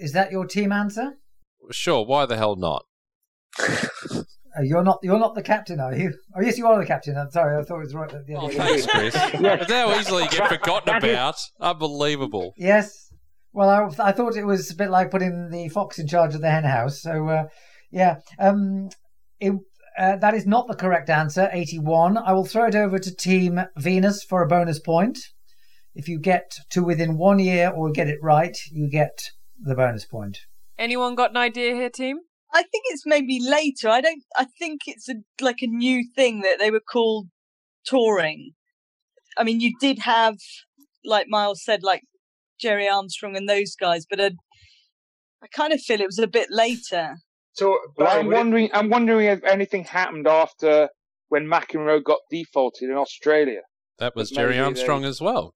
Speaker 1: Is that your team answer?
Speaker 4: Sure. Why the hell not?
Speaker 1: Uh, you're not. You're not the captain, are you? Oh yes, you are the captain. I'm sorry. I thought it was right. at The oh,
Speaker 4: Thanks, Chris. That's how easily you get forgotten about. Unbelievable.
Speaker 1: Yes. Well, I, I thought it was a bit like putting the fox in charge of the hen house. So, uh, yeah. Um, it, uh, that is not the correct answer, 81. I will throw it over to Team Venus for a bonus point. If you get to within one year or get it right, you get the bonus point.
Speaker 2: Anyone got an idea here, team?
Speaker 9: I think it's maybe later. I don't. I think it's a, like a new thing that they were called touring. I mean, you did have, like Miles said, like Jerry Armstrong and those guys, but I, I kind of feel it was a bit later.
Speaker 12: So
Speaker 3: But I'm wondering. I'm wondering if anything happened after when McEnroe got defaulted in Australia.
Speaker 4: That was
Speaker 3: But
Speaker 4: Jerry
Speaker 3: maybe
Speaker 4: Armstrong
Speaker 3: they-
Speaker 4: as well.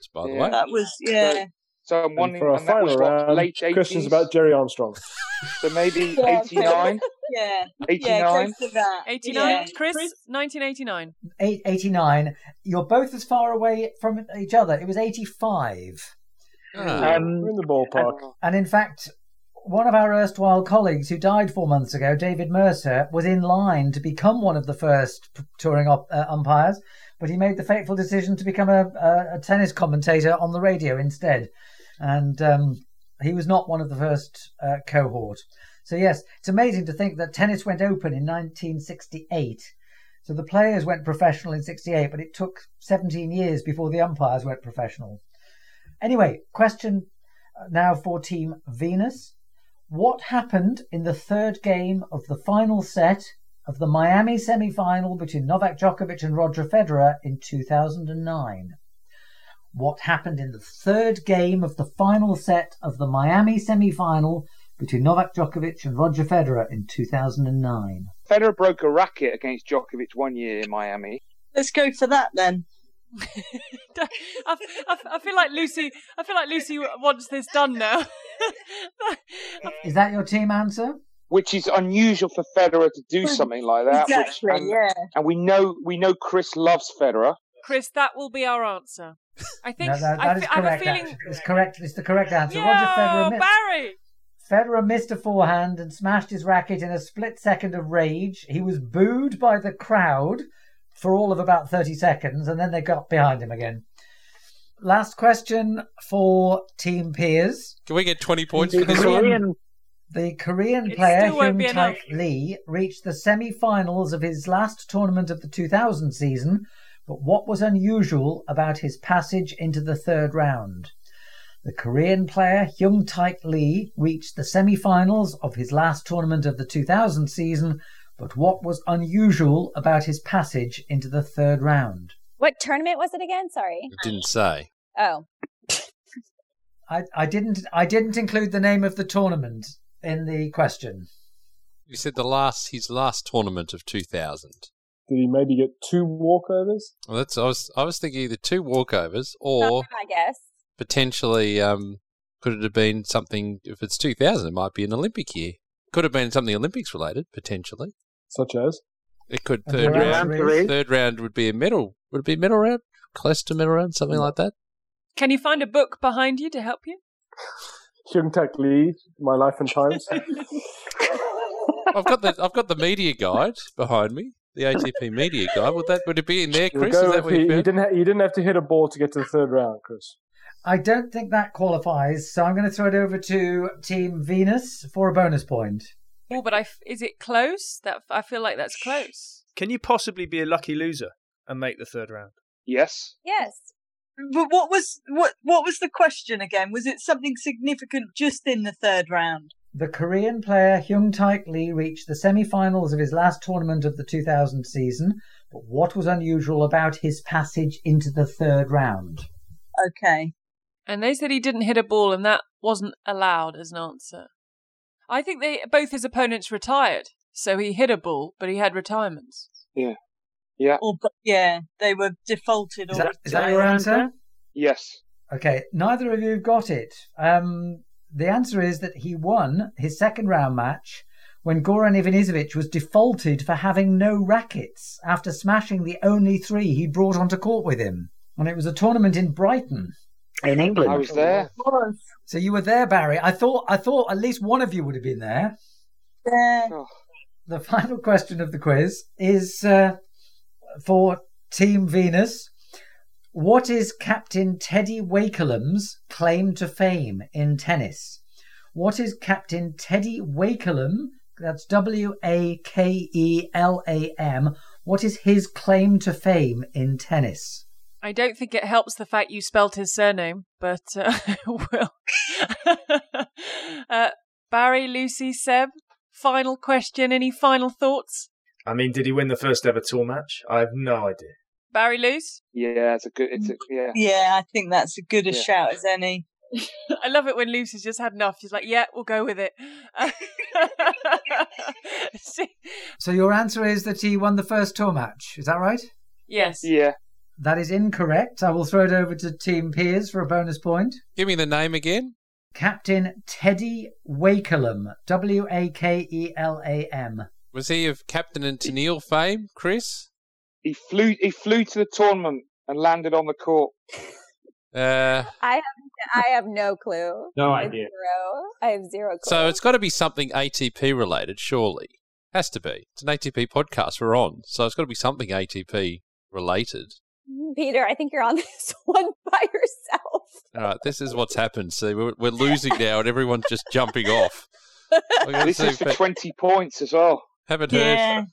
Speaker 4: Just by the
Speaker 3: Yeah.
Speaker 4: way,
Speaker 9: That was yeah.
Speaker 3: So I'm
Speaker 5: And
Speaker 3: wondering.
Speaker 5: for our
Speaker 3: and that was
Speaker 5: final
Speaker 3: what,
Speaker 5: round,
Speaker 3: late 80s?
Speaker 5: questions about Jerry
Speaker 1: [LAUGHS]
Speaker 5: Armstrong.
Speaker 3: So maybe
Speaker 9: [LAUGHS] Yeah,
Speaker 3: eighty nine.
Speaker 9: Yeah. Yeah,
Speaker 3: 89?
Speaker 9: close to that.
Speaker 2: 89,
Speaker 9: Yeah.
Speaker 2: Chris, 1989.
Speaker 1: Eight, 89. You're both as far away from each other. It was 85. Um,
Speaker 5: Ah. We're in the ballpark.
Speaker 1: And in fact, one of our erstwhile colleagues who died four months ago, David Mercer, was in line to become one of the first p- touring op- uh, umpires, but he made the fateful decision to become a, a, a tennis commentator on the radio instead. And um, he was not one of the first uh, cohort. So, yes, it's amazing to think that tennis went open in 1968. So the players went professional in 68, but it took 17 years before the umpires went professional. Anyway, question uh, now for Team Venus. What happened in the third game of the final set of the Miami semi final between Novak Djokovic and Roger Federer in 2009? What happened in the third game of the final set of the Miami semi final between Novak Djokovic and Roger Federer in 2009?
Speaker 3: Federer broke a racket against Djokovic one year in Miami.
Speaker 9: Let's go for that then.
Speaker 2: [LAUGHS] I, I, I feel like Lucy. I feel like Lucy wants this done now.
Speaker 1: Is that your team answer?
Speaker 3: Which is unusual for Federer to do something like that. which-
Speaker 2: Exactly,
Speaker 3: and,
Speaker 2: yeah.
Speaker 3: And we know we know Chris loves Federer.
Speaker 2: Chris, that will be our answer. I think.
Speaker 1: No, that,
Speaker 2: I,
Speaker 1: that is
Speaker 2: fe- I have a
Speaker 1: correct.
Speaker 2: feeling.
Speaker 1: actually. It's correct. It's the correct answer. Roger
Speaker 2: Yeah,
Speaker 1: Federer missed.
Speaker 2: Barry.
Speaker 1: Federer missed a forehand and smashed his racket in a split second of rage. He was booed by the crowd for all of about 30 seconds, and then they got behind him again. Last question for Team Peers.
Speaker 4: can we get twenty points for
Speaker 1: The
Speaker 4: this one?
Speaker 1: Korean, the Korean player
Speaker 2: still won't
Speaker 1: Hyun
Speaker 2: be
Speaker 1: Taek Lee reached the semi finals of his last tournament of the 2000 season, but what was unusual about his passage into the third round? The Korean player Hyung Taek Lee reached the semi finals of his last tournament of the 2000 season, but what was unusual about his passage into the third round?
Speaker 7: What tournament was it again? Sorry.
Speaker 4: Didn't say.
Speaker 7: Oh,
Speaker 1: I, I didn't I didn't include the name of the tournament in the question.
Speaker 4: You said the last his last tournament of two thousand.
Speaker 5: Did he maybe get two walkovers?
Speaker 4: Well, that's I was I was thinking either two walkovers or
Speaker 7: I Oh, guess.
Speaker 4: potentially um, could it have been something? If it's two thousand, it might be an Olympic year. Could have been something Olympics related potentially.
Speaker 5: Such as
Speaker 4: It could
Speaker 5: A
Speaker 4: third
Speaker 5: round
Speaker 4: round.
Speaker 5: three.
Speaker 4: Third round would be a medal. Would it be medal round? Close to medal round, something like that.
Speaker 2: Can you find a book behind you to help you?
Speaker 5: Hyung Tak Lee, My Life and Times.
Speaker 4: I've got the I've got the media guide behind me. The ATP media guide. Would that would it be in there,
Speaker 5: We'll
Speaker 4: Chris?
Speaker 5: go
Speaker 4: Is
Speaker 5: with
Speaker 4: that what you
Speaker 5: he, he
Speaker 4: found?
Speaker 5: didn't ha- he didn't have to hit a ball to get to the third round, Chris.
Speaker 1: I don't think that qualifies, so I'm going to throw it over to Team Venus for a bonus point.
Speaker 2: Oh, but I f- is it close? That I feel like that's close.
Speaker 10: Can you possibly be a lucky loser and make the third round?
Speaker 3: Yes.
Speaker 7: Yes.
Speaker 9: But what was what what was the question again? Was it something significant just in the third round?
Speaker 1: The Korean player Hyung Taek Lee reached the semi-finals of his last tournament of the 2000 season, but what was unusual about his passage into the third round?
Speaker 9: Okay.
Speaker 2: And they said he didn't hit a ball, and that wasn't allowed as an answer. I think they both his opponents retired, so he hit a ball, but he had retirements.
Speaker 3: Yeah. Yeah.
Speaker 9: Or but yeah, they were defaulted
Speaker 1: Is
Speaker 9: or
Speaker 1: that, is that your answer?
Speaker 3: Yes.
Speaker 1: Okay, neither of you have got it. Um, the answer is that he won his second round match when Goran Ivanisevic was defaulted for having no rackets after smashing the only three he brought onto court with him. And it was a tournament in Brighton.
Speaker 10: In England.
Speaker 3: I was there.
Speaker 1: So you were there, Barry. I thought I thought at least one of you would have been there.
Speaker 9: Yeah.
Speaker 3: Oh.
Speaker 1: The final question of the quiz is uh, for Team Venus. What is Captain Teddy Wakelam's claim to fame in tennis? What is Captain Teddy Wakelam? That's W A K E L A M. What is his claim to fame in tennis?
Speaker 2: I don't think it helps the fact you spelt his surname, but [LAUGHS] uh, well, uh, Barry, Lucy, Seb, Final question. Any final thoughts?
Speaker 12: I mean, did he win the first ever tour match? I have no idea.
Speaker 2: Barry Luce?
Speaker 3: Yeah, it's a good. It's a, yeah.
Speaker 9: Yeah, I think that's as good a
Speaker 3: Yeah.
Speaker 9: shout as any.
Speaker 2: [LAUGHS] I love it when Luce has just had enough. She's like, yeah, we'll go with it. Uh,
Speaker 9: [LAUGHS]
Speaker 2: See?
Speaker 1: So your answer is that he won the first tour match. Is that right?
Speaker 2: Yes.
Speaker 3: Yeah.
Speaker 1: That is incorrect. I will throw it over to Team Piers for a bonus point.
Speaker 4: Give me the name again.
Speaker 1: Captain Teddy Wakelam. W A K E L A M.
Speaker 4: Was he of Captain and Tennille fame, Chris?
Speaker 3: He flew. He flew to the tournament and landed on the court. [LAUGHS]
Speaker 4: Uh,
Speaker 7: I have [LAUGHS] I have no clue.
Speaker 4: No
Speaker 7: I have
Speaker 4: idea.
Speaker 7: Zero. I have zero clue.
Speaker 4: so it's got to be something ATP related, surely. Has to be. It's an ATP podcast we're on, so it's got to be something ATP related.
Speaker 7: Mm, Peter, I think you're on [LAUGHS] this one by yourself.
Speaker 4: All right, this is what's happened. See, we're, we're losing now, and everyone's just jumping off. We're gonna
Speaker 3: This
Speaker 4: see
Speaker 3: is for
Speaker 4: if-
Speaker 3: twenty points as well.
Speaker 4: Haven't
Speaker 3: Yeah.
Speaker 4: heard.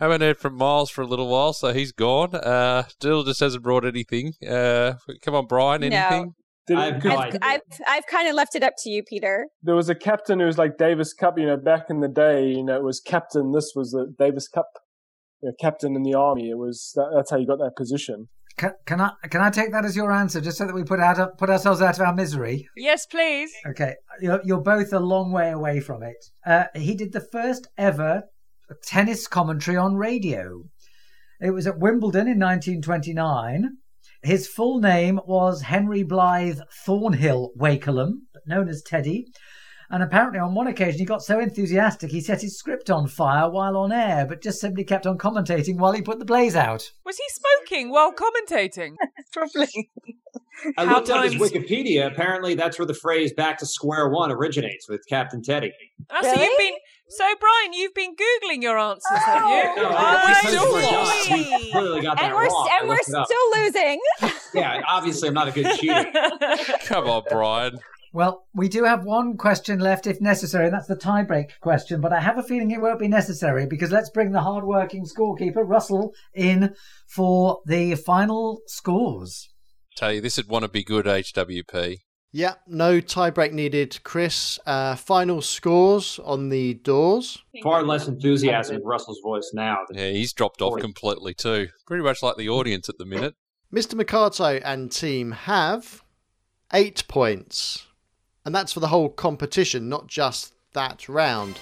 Speaker 4: Haven't heard from Miles for a little while, so he's gone. Uh, Dill just hasn't brought anything. Uh, come on, Brian.
Speaker 7: No.
Speaker 4: Anything?
Speaker 5: I have no idea.
Speaker 7: I've I've kind of left it up to you, Peter.
Speaker 5: There was a captain who was like Davis Cup, you know, back in the day, you know, it was captain. This was the Davis Cup, you know, captain in the army. It was that, that's how you got that position.
Speaker 1: Can, can I can I take that as your answer, just so that we put out put ourselves out of our misery?
Speaker 2: Yes, please.
Speaker 1: Okay, you're, you're both a long way away from it. Uh, he did the first ever tennis commentary on radio. It was at Wimbledon in 1929. His full name was Henry Blythe Thornhill Wakelam, but known as Teddy. And apparently, on one occasion, he got so enthusiastic he set his script on fire while on air, but just simply kept on commentating while he put the blaze out.
Speaker 2: Was he smoking while commentating?
Speaker 9: [LAUGHS] Probably.
Speaker 21: I
Speaker 2: How
Speaker 21: looked up his
Speaker 2: times-
Speaker 21: Wikipedia. Apparently, that's where the phrase "back to square one" originates with Captain
Speaker 7: [LAUGHS]
Speaker 21: Teddy.
Speaker 2: Ah, so you've been so Brian, you've been googling your answers, have
Speaker 9: Oh,
Speaker 2: you?
Speaker 21: No,
Speaker 2: I
Speaker 21: because we're
Speaker 2: see.
Speaker 21: dumb. We clearly got that
Speaker 7: And we're
Speaker 21: wrong. I
Speaker 7: and we're
Speaker 21: looked it up.
Speaker 7: still losing.
Speaker 21: Yeah, obviously, I'm not a good cheater.
Speaker 4: Come on, Brian.
Speaker 1: Well, we do have one question left if necessary, and that's the tiebreak question, but I have a feeling it won't be necessary because let's bring the hard-working scorekeeper, Russell, in for the final scores.
Speaker 4: Tell you, this would want to be good HWP.
Speaker 8: Yeah, no tiebreak needed, Chris. Uh, final scores on the doors.
Speaker 21: Far less enthusiasm in Russell's voice now.
Speaker 4: Yeah, he's dropped off completely too. Pretty much like the audience at the minute.
Speaker 8: Mr. Mikado and team have eight points. And that's for the whole competition, not just that round.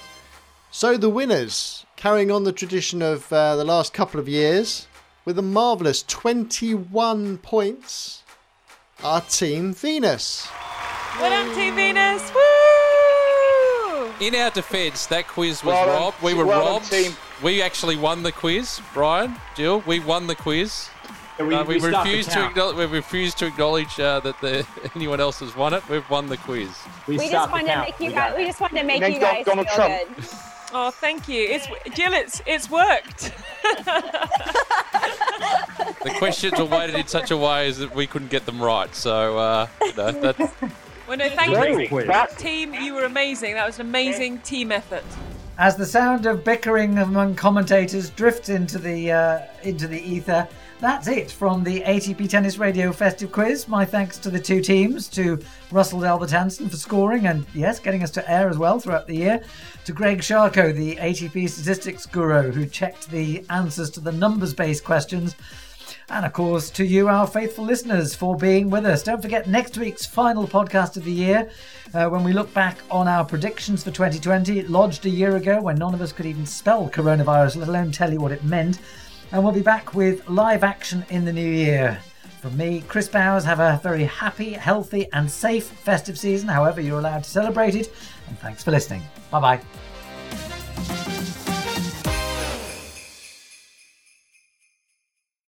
Speaker 8: So the winners, carrying on the tradition of uh, the last couple of years, with a marvellous 21 points, are Team Venus.
Speaker 2: Well done, Team Venus. Woo!
Speaker 4: In our defence, that quiz was
Speaker 2: Well done,
Speaker 4: robbed. We were
Speaker 2: well done,
Speaker 4: robbed.
Speaker 2: team.
Speaker 4: We actually won the quiz, Brian, Jill. We won the quiz.
Speaker 21: And we-
Speaker 4: Uh,
Speaker 21: we stopped the
Speaker 4: refused to
Speaker 21: count.
Speaker 4: acknowledge, we refused to acknowledge uh, that the, [LAUGHS] anyone else has won it. We've won the quiz.
Speaker 7: We, just wanted to make you guys. We just wanted to make
Speaker 2: then
Speaker 7: you
Speaker 2: Don-
Speaker 7: guys
Speaker 4: Donald
Speaker 7: feel
Speaker 4: Trump.
Speaker 7: good.
Speaker 2: Oh, thank you. It's Jill. It's it's worked. [LAUGHS]
Speaker 4: The questions were weighted in such a way as that we couldn't get them right. So uh,
Speaker 7: [LAUGHS]
Speaker 4: no, that's
Speaker 2: Well, no, thank
Speaker 4: Very
Speaker 2: you,
Speaker 4: quick.
Speaker 2: team. You were amazing. That was an amazing team effort.
Speaker 1: As the sound of bickering among commentators drifts into the uh, into the ether, that's it from the ATP Tennis Radio Festive Quiz. My thanks to the two teams, to Russell Delbert Hansen for scoring and yes, getting us to air as well throughout the year, to Greg Sharko, the ATP statistics guru, who checked the answers to the numbers-based questions. And of course, to you, our faithful listeners, for being with us. Don't forget next week's final podcast of the year uh, when we look back on our predictions for 2020, lodged a year ago when none of us could even spell coronavirus, let alone tell you what it meant. And we'll be back with live action in the new year. From me, Chris Bowers, have a very happy, healthy, and safe festive season, however, you're allowed to celebrate it. And thanks for listening. Bye bye.